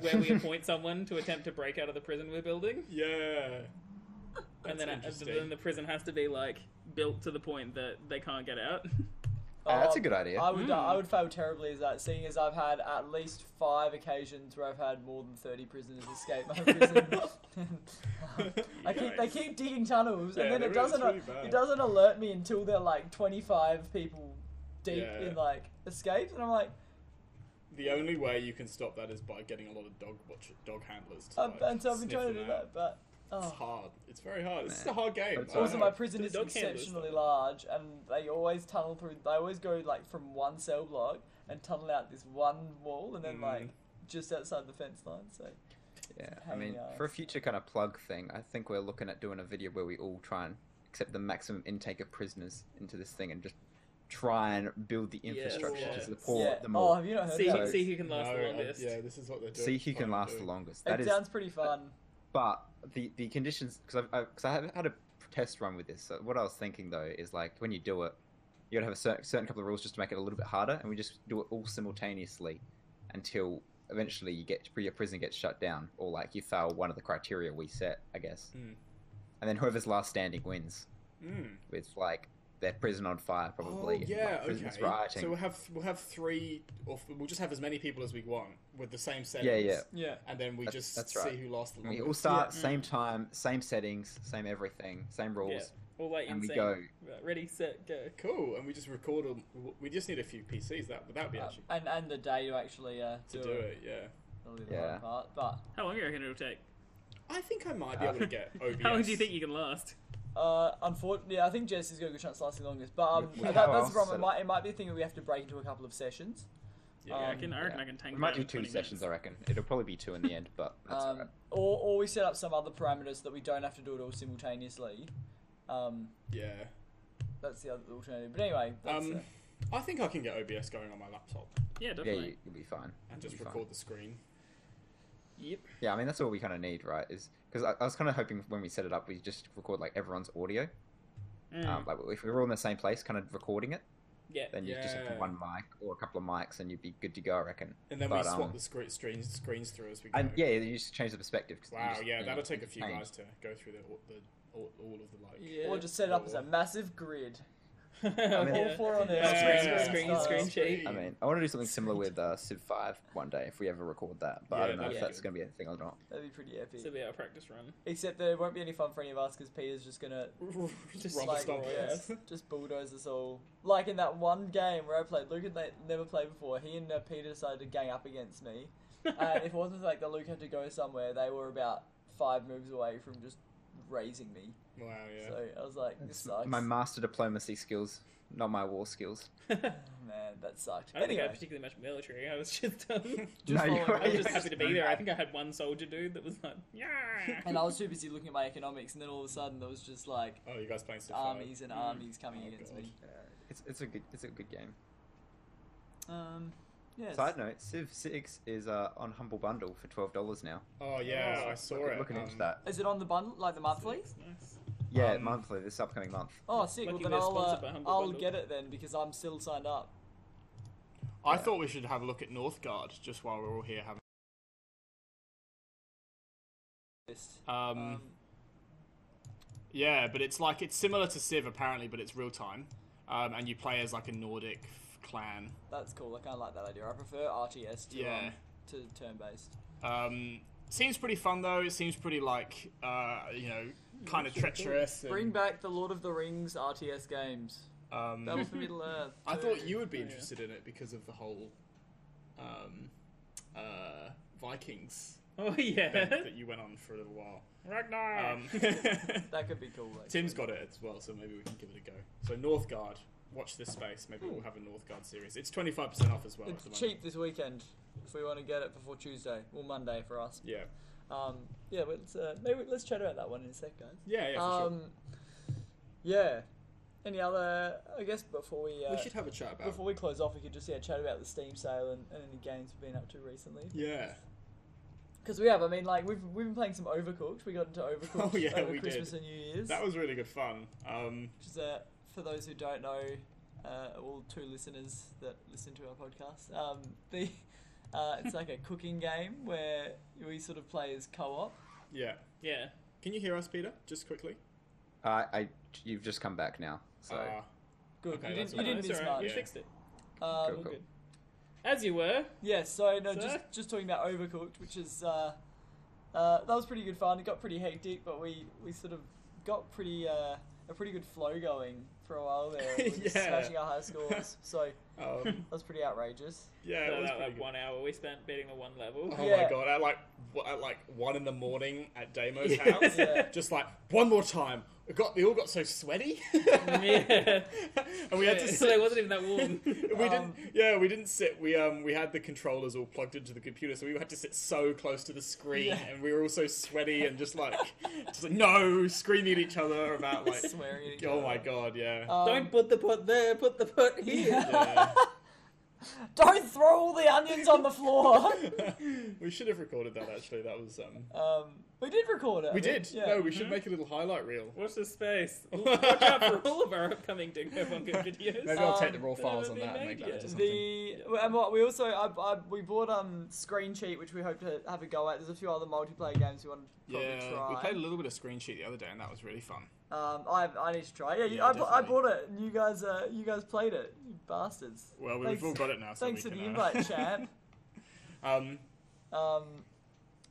Speaker 3: where we appoint someone to attempt to break out of the prison we're building,
Speaker 1: Yeah.
Speaker 3: and then,
Speaker 1: That's
Speaker 3: then the prison has to be like built to the point that they can't get out.
Speaker 5: Uh, that's
Speaker 4: Oh,
Speaker 5: a good idea.
Speaker 4: I would uh,
Speaker 1: Hmm.
Speaker 4: I would fail terribly as that, seeing as I've had at least five occasions where I've had more than thirty prisoners escape my prison. I keep, they
Speaker 1: Yikes.
Speaker 4: keep digging tunnels,
Speaker 1: Yeah,
Speaker 4: and then
Speaker 1: they're
Speaker 4: it
Speaker 1: really-
Speaker 4: doesn't uh,
Speaker 1: it's really
Speaker 4: it
Speaker 1: bad.
Speaker 4: doesn't alert me until they're like twenty five people deep
Speaker 1: Yeah.
Speaker 4: in like escapes, and I'm like,
Speaker 1: The only way you can stop that is by getting a lot of dog watch dog handlers. To,
Speaker 4: I'm,
Speaker 1: like,
Speaker 4: "Oh, Um, and so I've been
Speaker 1: sniff
Speaker 4: trying to
Speaker 1: them
Speaker 4: do
Speaker 1: out.
Speaker 4: that, but
Speaker 1: It's
Speaker 4: oh.
Speaker 1: hard. It's very hard. This is
Speaker 5: Nah.
Speaker 1: a hard game.
Speaker 5: It's
Speaker 1: I
Speaker 4: Also,
Speaker 1: know.
Speaker 4: my prison
Speaker 3: The
Speaker 4: is
Speaker 3: dog
Speaker 4: exceptionally
Speaker 3: handlers,
Speaker 4: large, and they always tunnel through. They always go like from one cell block and tunnel out this one wall, and then
Speaker 1: Mm.
Speaker 4: like just outside the fence line. So.
Speaker 5: Yeah, I
Speaker 4: Hang
Speaker 5: mean,
Speaker 4: on.
Speaker 5: for a future kind of plug thing, I think we're looking at doing a video where we all try and accept the maximum intake of prisoners into this thing and just try and build the infrastructure to
Speaker 3: Yes.
Speaker 5: support
Speaker 4: yeah.
Speaker 5: them all.
Speaker 4: Oh, have you not heard
Speaker 3: see
Speaker 4: that?
Speaker 5: So-
Speaker 3: see who can
Speaker 1: No,
Speaker 3: last the
Speaker 1: I-
Speaker 3: longest.
Speaker 1: yeah, this is what they're doing.
Speaker 5: See who can
Speaker 1: Fine,
Speaker 5: last
Speaker 1: doing.
Speaker 5: the longest.
Speaker 4: It
Speaker 5: That is,
Speaker 4: sounds pretty fun.
Speaker 5: but the the conditions because I've because I, have had a test run with this. So what I was thinking though is like when you do it, you gotta have a certain, certain couple of rules just to make it a little bit harder, and we just do it all simultaneously until eventually you get your prison gets shut down or like you fail one of the criteria we set, I guess.
Speaker 1: Mm.
Speaker 5: And then whoever's last standing wins.
Speaker 1: Mm.
Speaker 5: with like their prison on fire probably
Speaker 1: Oh,
Speaker 5: and,
Speaker 1: yeah,
Speaker 5: like, prisoners
Speaker 1: okay.
Speaker 5: rioting.
Speaker 1: So we'll have we'll have three, or f- we'll just have as many people as we want with the same settings.
Speaker 5: Yeah, yeah.
Speaker 4: Yeah.
Speaker 1: And then we
Speaker 5: That's-
Speaker 1: just
Speaker 5: that's
Speaker 1: see
Speaker 5: right.
Speaker 1: who lasts the
Speaker 5: we
Speaker 1: longest.
Speaker 5: all start same
Speaker 1: mm.
Speaker 5: time, same settings, same everything, same rules.
Speaker 3: Yeah. All like
Speaker 5: And we
Speaker 3: insane.
Speaker 5: go.
Speaker 3: Right, ready, set, go.
Speaker 1: Cool, and we just record. Them. We just need a few PCs. That would that be
Speaker 5: Uh,
Speaker 1: actually
Speaker 4: and and the day you actually uh,
Speaker 1: to do it. Yeah.
Speaker 4: That'll be the
Speaker 5: Yeah.
Speaker 4: hard part. But
Speaker 3: How long do you reckon it'll take?
Speaker 1: I think I might be able to get OBS.
Speaker 3: How long do you think you can last?
Speaker 4: uh, unfortunately, yeah, I think Jess is got a good chance to last the longest. But um,
Speaker 5: With-
Speaker 4: that,
Speaker 5: with how
Speaker 4: that's
Speaker 5: else
Speaker 4: the problem. It
Speaker 5: set
Speaker 4: might, it might be a thing that we have to break into a couple of sessions.
Speaker 3: Yeah, I
Speaker 4: Um,
Speaker 3: can. I reckon
Speaker 5: yeah.
Speaker 3: I can
Speaker 5: We
Speaker 3: tank.
Speaker 5: might
Speaker 3: down
Speaker 5: do
Speaker 3: to
Speaker 5: two
Speaker 3: 20
Speaker 5: sessions,
Speaker 3: minutes.
Speaker 5: I reckon. It'll probably be two in the end, but that's
Speaker 4: Um,
Speaker 5: alright.
Speaker 4: or, or we set up some other parameters that we don't have to do it all simultaneously. Um,
Speaker 1: Yeah.
Speaker 4: that's the other alternative. But anyway, that's
Speaker 1: Um,
Speaker 4: uh,
Speaker 1: I think I can get OBS going on my laptop
Speaker 6: Yeah,
Speaker 5: Yeah,
Speaker 6: definitely.
Speaker 5: you, you'll be fine.
Speaker 1: and
Speaker 5: You'll
Speaker 1: just
Speaker 5: be fine.
Speaker 1: record the screen.
Speaker 3: Yep.
Speaker 5: Yeah, I mean that's all we kind of need, right? Is because I, I was kind of hoping when we set it up, we just record like everyone's audio.
Speaker 3: Mm.
Speaker 5: Um, like if we were all in the same place, kind of recording it,
Speaker 3: yeah.
Speaker 5: then you just have
Speaker 1: Yeah.
Speaker 5: one mic or a couple of mics, and you'd be good to go, I reckon.
Speaker 1: And then we
Speaker 5: But,
Speaker 1: swap
Speaker 5: um,
Speaker 1: the screen, screens, screens through as we go.
Speaker 5: And yeah, you just change the perspective. 'cause you
Speaker 1: Wow,
Speaker 5: just-
Speaker 1: yeah,
Speaker 5: you
Speaker 1: that'll
Speaker 5: just
Speaker 1: take a few
Speaker 5: change.
Speaker 1: guys to go through the, all- the all, all of the like.
Speaker 3: yeah.
Speaker 4: or just set it up as a
Speaker 1: Or-
Speaker 4: massive grid.
Speaker 5: mean-
Speaker 4: All four on there.
Speaker 3: Yeah.
Speaker 4: Screen,
Speaker 3: Screen,
Speaker 4: style.
Speaker 3: screen, shape.
Speaker 5: I mean, I want to do something similar with uh, Civ Five one day if we ever record that, but
Speaker 1: Yeah,
Speaker 5: I don't know
Speaker 1: that'd
Speaker 5: if
Speaker 1: be
Speaker 5: that's
Speaker 1: good.
Speaker 5: going to be a thing or not.
Speaker 4: That'd be pretty epic.
Speaker 3: So be our practice run.
Speaker 4: Except that it won't be any fun for any of us because Peter's just gonna
Speaker 1: just
Speaker 3: Rumble
Speaker 1: like,
Speaker 4: like
Speaker 1: stomp
Speaker 4: yeah,
Speaker 1: us.
Speaker 4: just bulldoze us all. Like in that one game where I played, Luke had like, never played before. He and uh, Peter decided to gang up against me, and Uh, if it wasn't for, like that Luke had to go somewhere, they were about five moves away from just raising me.
Speaker 1: Wow, yeah.
Speaker 4: So I was like, this
Speaker 5: It's
Speaker 4: sucks.
Speaker 5: My master diplomacy skills, not my war skills.
Speaker 3: I
Speaker 4: Man, that sucked.
Speaker 3: don't think I
Speaker 4: Anyway,
Speaker 3: had particularly much military. I was just um,
Speaker 4: Just
Speaker 5: no,
Speaker 4: follow
Speaker 5: you're
Speaker 4: the
Speaker 3: I was
Speaker 5: right.
Speaker 3: just happy to be there. I think I had one soldier dude that was like, yeah.
Speaker 4: and I was too busy looking at my economics, and then all of a sudden there was just like
Speaker 1: Oh, you guys playing stuff?
Speaker 4: armies
Speaker 3: Mm.
Speaker 4: and armies coming
Speaker 1: Oh,
Speaker 4: against
Speaker 1: God.
Speaker 4: me.
Speaker 5: Uh, It's, it's a good it's a good game.
Speaker 4: Um, yes.
Speaker 5: Side note: Civ Six is uh, on Humble Bundle for twelve dollars now.
Speaker 1: Oh yeah, I saw
Speaker 5: Looking-
Speaker 1: it.
Speaker 5: Looking into
Speaker 1: um,
Speaker 5: that.
Speaker 4: Is it on the bundle like the monthly?
Speaker 3: It's nice.
Speaker 5: Yeah,
Speaker 1: Um,
Speaker 5: monthly this upcoming month.
Speaker 4: Oh, sick. Well,
Speaker 3: Lucky
Speaker 4: then
Speaker 3: they're
Speaker 4: I'll,
Speaker 3: sponsored by
Speaker 4: uh,
Speaker 3: Humble
Speaker 4: I'll
Speaker 3: Bundle.
Speaker 4: get it then because I'm still signed up.
Speaker 1: I
Speaker 5: Yeah.
Speaker 1: thought we should have a look at Northgard just while we're all here having.
Speaker 4: List.
Speaker 1: Um,
Speaker 4: Um,
Speaker 1: yeah, but it's like it's similar to Civ apparently, but it's real time, um, and you play as like a Nordic f- clan.
Speaker 4: that's cool. I kind of like that idea. I prefer RTS to
Speaker 1: Yeah.
Speaker 4: um, to turn based.
Speaker 1: Um, seems pretty fun though. It seems pretty like uh, you know, kind of treacherous. and,
Speaker 4: Bring back the Lord of the Rings RTS games.
Speaker 1: um,
Speaker 4: That was the Middle Earth.
Speaker 1: I
Speaker 4: too.
Speaker 1: thought you would be
Speaker 3: yeah.
Speaker 1: interested in it because of the whole um, uh, Vikings
Speaker 3: Oh
Speaker 1: thing
Speaker 3: yeah.
Speaker 1: that you went on for a little while.
Speaker 3: Ragnar.
Speaker 1: Um,
Speaker 4: that could be cool. Actually.
Speaker 1: Tim's got it as well, so maybe we can give it a go. So Northgard, watch this space. Maybe we'll have a Northgard series. It's twenty five percent off as well. at the
Speaker 4: Hmm. It's
Speaker 1: moment.
Speaker 4: cheap this weekend if we want to get it before Tuesday or Monday for us.
Speaker 1: Yeah,
Speaker 4: Um, yeah, but let's, uh, maybe let's chat about that one in a sec, guys.
Speaker 1: yeah, yeah. For
Speaker 4: um, yeah. Any other? I guess before we uh,
Speaker 1: sure. We should have a chat about.
Speaker 4: Before we close off, we could just yeah chat about the Steam sale and, and any games we've been up to recently.
Speaker 1: Yeah,
Speaker 4: Because we have, I mean, like we've we've been playing some Overcooked. We got into Overcooked
Speaker 1: Oh, yeah,
Speaker 4: over
Speaker 1: we
Speaker 4: Christmas
Speaker 1: did.
Speaker 4: and New Year's,
Speaker 1: that was really good fun. Um,
Speaker 4: which is uh, for those who don't know, uh, all two listeners that listen to our podcast. Um, the uh, it's like a cooking game where we sort of play as co-op.
Speaker 1: yeah.
Speaker 3: yeah.
Speaker 1: Can you hear us, Peter? Just quickly.
Speaker 5: I, I you've just come back now, so
Speaker 1: Uh,
Speaker 4: Good.
Speaker 1: Okay,
Speaker 4: you
Speaker 1: that's
Speaker 4: didn't, you
Speaker 1: all right.
Speaker 4: didn't
Speaker 3: That's
Speaker 4: miss
Speaker 3: all right.
Speaker 4: much.
Speaker 3: We
Speaker 1: Yeah.
Speaker 3: fixed it.
Speaker 4: Um,
Speaker 5: Cool.
Speaker 3: All good. As you were.
Speaker 4: Yeah, so no,
Speaker 3: So-
Speaker 4: just just talking about Overcooked, which is uh, uh, that was pretty good fun. It got pretty hectic, but we we sort of got pretty uh, a pretty good flow going for a while there. We were just
Speaker 1: Yeah.
Speaker 4: smashing our high scores, so that
Speaker 1: um,
Speaker 4: was pretty outrageous.
Speaker 1: yeah, it
Speaker 3: that,
Speaker 1: was
Speaker 3: that
Speaker 1: pretty good.
Speaker 3: one hour we spent beating the one level.
Speaker 1: Oh
Speaker 4: Yeah.
Speaker 1: my god! At like w- at like one in the morning at Damo's
Speaker 3: Yeah.
Speaker 1: house,
Speaker 4: Yeah.
Speaker 1: just like one more time. It got they all got so sweaty,
Speaker 3: yeah.
Speaker 1: and we had to.
Speaker 3: so
Speaker 1: sit-
Speaker 3: it wasn't even that warm.
Speaker 1: we
Speaker 4: Um,
Speaker 1: didn't. Yeah, we didn't sit. We um we had the controllers all plugged into the computer, so we had to sit so close to the screen,
Speaker 4: Yeah.
Speaker 1: and we were all so sweaty and just like just like, no screaming at each other about like.
Speaker 4: Swearing. At each
Speaker 1: oh
Speaker 4: other.
Speaker 1: my god! Yeah.
Speaker 4: Um,
Speaker 3: Don't put the pot there. Put the pot here.
Speaker 1: Yeah.
Speaker 4: don't throw all the onions on the floor.
Speaker 1: we should have recorded that actually. That was um.
Speaker 4: um, we did record it. I
Speaker 1: We
Speaker 4: think,
Speaker 1: did.
Speaker 4: Yeah.
Speaker 1: No, we should make a little highlight reel.
Speaker 3: Watch the space. Watch out for all of our upcoming Dingo Bunker videos.
Speaker 1: Maybe I'll take
Speaker 4: Um,
Speaker 1: the raw
Speaker 3: they
Speaker 1: files
Speaker 3: haven't
Speaker 1: on
Speaker 3: been
Speaker 1: that and
Speaker 3: made
Speaker 1: make that
Speaker 3: yet.
Speaker 1: into something.
Speaker 4: The and what we also I, I, we bought um screen cheat which we hope to have a go at. There's a few other multiplayer games we want to probably
Speaker 1: Yeah,
Speaker 4: try.
Speaker 1: we played a little bit of screen sheet the other day, and that was really fun.
Speaker 4: Um, I, I need to try. it. Yeah, you-
Speaker 1: Yeah,
Speaker 4: I, bu- I
Speaker 1: definitely.
Speaker 4: bought it. and You guys, uh, you guys played it. You bastards.
Speaker 1: Well,
Speaker 4: Thanks-
Speaker 1: we've all got it now. So
Speaker 4: Thanks
Speaker 1: we
Speaker 4: for the
Speaker 1: can, uh,
Speaker 4: invite, champ.
Speaker 1: Um,
Speaker 4: Um,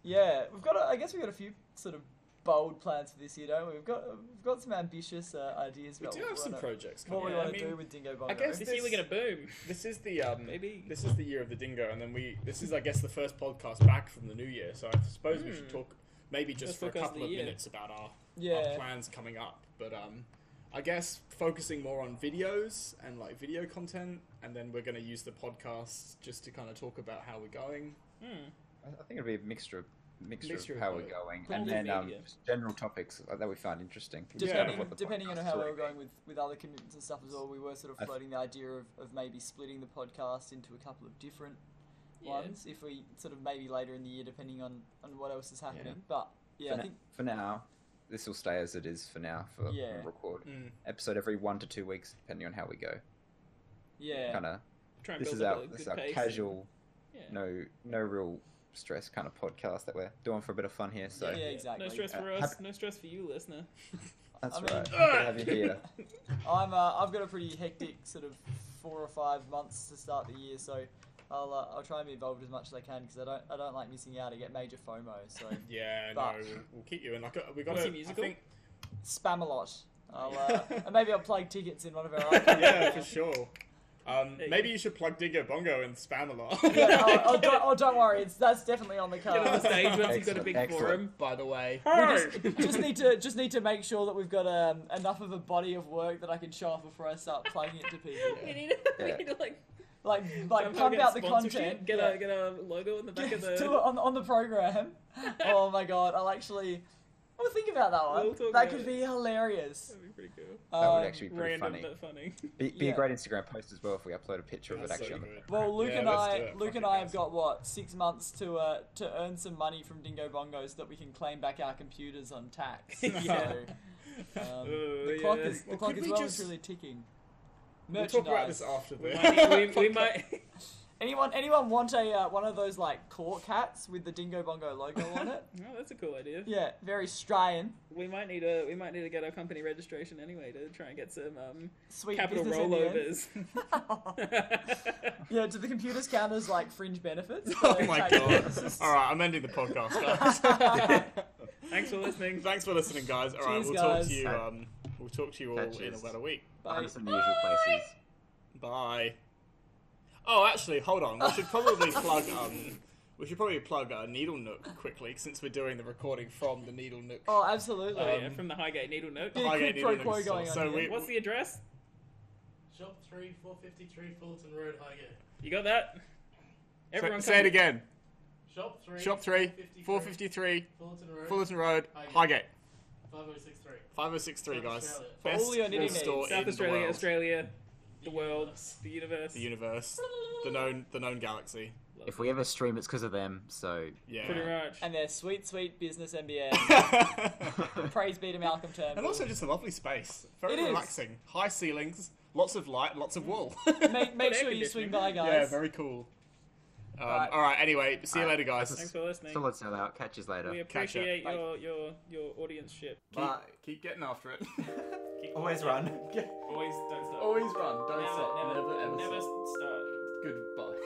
Speaker 4: yeah, we've got. A, I guess we've got a few sort of bold plans for this year, don't we? We've got we've got some ambitious uh, ideas.
Speaker 1: we
Speaker 4: about
Speaker 1: do
Speaker 4: what
Speaker 1: have
Speaker 4: we
Speaker 1: some
Speaker 4: wanna-
Speaker 1: projects coming.
Speaker 4: What we
Speaker 1: up.
Speaker 3: Yeah,
Speaker 4: want
Speaker 1: I
Speaker 4: to
Speaker 1: mean,
Speaker 4: do with Dingo Bongo.
Speaker 1: guess-
Speaker 3: This year we're gonna boom.
Speaker 1: This is the um,
Speaker 3: Maybe.
Speaker 1: this is the year of the dingo, and then we this is I guess the first podcast back from the new year. So I suppose we should
Speaker 3: Hmm.
Speaker 1: talk maybe just
Speaker 3: First
Speaker 1: for a
Speaker 3: podcast of
Speaker 1: couple
Speaker 3: the
Speaker 1: of
Speaker 3: year.
Speaker 1: minutes about our, our
Speaker 4: yeah,
Speaker 1: plans coming up. But um, I guess focusing more on videos and like video content, and then we're going to use the podcast just to kind of talk about how we're going.
Speaker 3: Hmm.
Speaker 5: I I think it'll be a mixture of mixture,
Speaker 1: Mixture
Speaker 5: of
Speaker 1: of
Speaker 5: how we're
Speaker 1: both.
Speaker 5: going, and
Speaker 3: Probably
Speaker 5: then um,
Speaker 3: media.
Speaker 5: just general topics that we found interesting.
Speaker 1: Yeah.
Speaker 4: Depending,
Speaker 1: Kind of
Speaker 4: depending on how we
Speaker 5: we're
Speaker 4: were going with, with other commitments and stuff as well, we were sort
Speaker 5: I
Speaker 4: of
Speaker 5: th-
Speaker 4: floating the idea of, of maybe splitting the podcast into a couple of different
Speaker 3: Yeah.
Speaker 4: ones if we sort of maybe later in the year, depending on, on what else is happening. But yeah,
Speaker 5: for,
Speaker 4: I
Speaker 5: na-
Speaker 4: think
Speaker 5: for now, this will stay as it is for now for
Speaker 4: Yeah.
Speaker 5: record
Speaker 1: Mm.
Speaker 5: episode every one to two weeks, depending on how we go.
Speaker 4: yeah,
Speaker 5: Kind of
Speaker 1: Try and
Speaker 5: this
Speaker 1: build
Speaker 5: is
Speaker 1: up
Speaker 5: our
Speaker 1: a
Speaker 5: this is
Speaker 1: good
Speaker 5: our
Speaker 1: pace.
Speaker 5: casual,
Speaker 3: Yeah.
Speaker 5: no no real stress kind of podcast that we're doing for a bit of fun here. So
Speaker 4: yeah, exactly.
Speaker 3: No stress
Speaker 5: Uh,
Speaker 3: for us. No stress for you, listener.
Speaker 5: that's
Speaker 4: I mean-
Speaker 5: right. Good to have you here.
Speaker 4: I'm uh, I've got a pretty hectic sort of four or five months to start the year, so I'll uh, I'll try and be involved as much as I can because I don't I don't like missing out. I get major FOMO, so
Speaker 1: Yeah, no,
Speaker 4: But-
Speaker 1: we'll, we'll keep you in. Like, uh, we got
Speaker 3: What's
Speaker 1: to.
Speaker 3: your musical?
Speaker 1: Think,
Speaker 4: spam a lot. I'll, uh, and maybe I'll plug tickets in one of our. Own
Speaker 1: yeah, for sure. Um,
Speaker 3: There you
Speaker 1: maybe
Speaker 3: go.
Speaker 1: you should plug Dingo Bongo and spam a lot.
Speaker 4: Yeah, oh, oh, don't, oh, don't worry, it's that's definitely on the
Speaker 3: Get on the
Speaker 4: card.
Speaker 3: stage once you've got a
Speaker 5: Excellent,
Speaker 3: big
Speaker 5: excellent.
Speaker 3: forum. By the way,
Speaker 4: We just, just need to just need to make sure that we've got um, enough of a body of work that I can show off before I start plugging it to people.
Speaker 3: we need to, we
Speaker 5: Yeah.
Speaker 3: need to like
Speaker 4: Like like
Speaker 3: somehow
Speaker 4: pump
Speaker 3: get
Speaker 4: out the
Speaker 3: sponsorship,
Speaker 4: content.
Speaker 3: Get
Speaker 4: yeah.
Speaker 3: a get a logo on the back of
Speaker 4: Yes, do it
Speaker 3: the.
Speaker 4: on, on the program. oh my god, I'll actually. I'll think about that one.
Speaker 3: We'll talk
Speaker 4: that
Speaker 3: about
Speaker 4: could
Speaker 3: it.
Speaker 4: be hilarious.
Speaker 3: That'd be pretty cool.
Speaker 5: That
Speaker 4: Um,
Speaker 5: would actually be pretty
Speaker 3: Random
Speaker 5: funny.
Speaker 3: but funny.
Speaker 5: Be, be
Speaker 4: yeah.
Speaker 5: a great Instagram post as well if we upload a picture of it
Speaker 1: That's so
Speaker 5: actually on the
Speaker 1: good.
Speaker 4: Well, Luke
Speaker 1: Yeah,
Speaker 4: and
Speaker 1: let's
Speaker 4: I,
Speaker 1: do it.
Speaker 4: Luke
Speaker 1: Fucking
Speaker 4: and I have
Speaker 1: guys.
Speaker 4: got what six months to uh, to earn some money from Dingo Bongos that we can claim back our computers on tax.
Speaker 3: Yeah.
Speaker 4: So um,
Speaker 3: Oh,
Speaker 4: the clock
Speaker 3: yeah.
Speaker 4: is the
Speaker 1: Well,
Speaker 4: clock
Speaker 1: could
Speaker 4: is
Speaker 1: we
Speaker 4: well
Speaker 1: just-
Speaker 4: and truly ticking.
Speaker 1: We'll talk about
Speaker 4: Merchandise.
Speaker 1: this after
Speaker 3: We
Speaker 1: the.
Speaker 3: might, we, we might.
Speaker 4: Anyone anyone want a uh, one of those like cork hats with the Dingo Bongo logo on it?
Speaker 3: Oh, that's a cool idea.
Speaker 4: Yeah, very Australian.
Speaker 3: We might need a we might need to get our company registration anyway to try and get some um,
Speaker 4: Sweet
Speaker 3: capital
Speaker 4: business in the end.
Speaker 3: rollovers.
Speaker 4: Yeah, do the computers count as like fringe benefits?
Speaker 1: oh my god! All right, I'm ending the podcast, guys.
Speaker 3: Thanks for listening.
Speaker 1: Thanks for listening, guys. All right,
Speaker 4: Cheers,
Speaker 1: we'll talk
Speaker 4: guys.
Speaker 1: to you. Um, we'll talk to you all in
Speaker 5: Catches.
Speaker 1: about a week.
Speaker 5: Find us in the usual places.
Speaker 1: Bye. Oh, actually, hold on. We should probably plug. Um, we should probably plug uh, Needle Nook quickly since we're doing the recording from the Needle Nook.
Speaker 4: Oh, absolutely.
Speaker 3: Oh, yeah,
Speaker 1: Um,
Speaker 3: from the Highgate Needle Note.
Speaker 4: Yeah.
Speaker 1: Highgate
Speaker 4: quid
Speaker 1: Needle
Speaker 4: pro
Speaker 1: Nook
Speaker 4: quo
Speaker 1: store.
Speaker 4: going on
Speaker 1: so
Speaker 4: here.
Speaker 1: we,
Speaker 3: What's the address?
Speaker 7: Shop 3, 453 Fullerton Road, Highgate.
Speaker 3: You got that?
Speaker 1: say,
Speaker 3: Everyone
Speaker 1: say it
Speaker 3: come-
Speaker 1: again.
Speaker 7: Shop 3,
Speaker 1: Shop three,
Speaker 7: 453
Speaker 1: four fifty three,
Speaker 7: Fullerton Road, oh
Speaker 1: Fullerton Road,
Speaker 7: Highgate.
Speaker 1: Highgate,
Speaker 7: 5063.
Speaker 1: five zero six three, guys.
Speaker 7: Australia.
Speaker 1: Best
Speaker 4: all your knitting
Speaker 1: wool store
Speaker 4: needs.
Speaker 3: South
Speaker 1: in the
Speaker 3: Australia,
Speaker 1: world.
Speaker 3: Australia, the
Speaker 7: The
Speaker 3: world,
Speaker 7: universe.
Speaker 3: the universe.
Speaker 1: the universe, the known, the known galaxy.
Speaker 5: If we ever stream, it's because of them. So
Speaker 3: Pretty
Speaker 1: Yeah.
Speaker 3: much.
Speaker 4: and their sweet, sweet business MBA. Praise be to Malcolm Turnbull.
Speaker 1: and also just a lovely space, very
Speaker 4: It is.
Speaker 1: relaxing, high ceilings, lots of light, lots of wool.
Speaker 4: make, make
Speaker 3: Air
Speaker 4: sure you swing
Speaker 3: conditioning.
Speaker 4: by,
Speaker 1: yeah,
Speaker 4: guys.
Speaker 1: very cool. Um,
Speaker 4: Right.
Speaker 1: All right. Anyway, see you
Speaker 5: Alright,
Speaker 1: later, guys.
Speaker 3: Thanks for listening.
Speaker 5: solid sellout. Catch you later.
Speaker 3: We
Speaker 1: Catch ya.
Speaker 3: appreciate
Speaker 4: Bye.
Speaker 3: your, your your audience ship.
Speaker 1: Keep,
Speaker 5: Bye.
Speaker 1: keep getting after it.
Speaker 5: Always run.
Speaker 3: Always don't stop.
Speaker 1: run.
Speaker 3: never,
Speaker 1: stop.
Speaker 3: never, never start.
Speaker 1: Goodbye.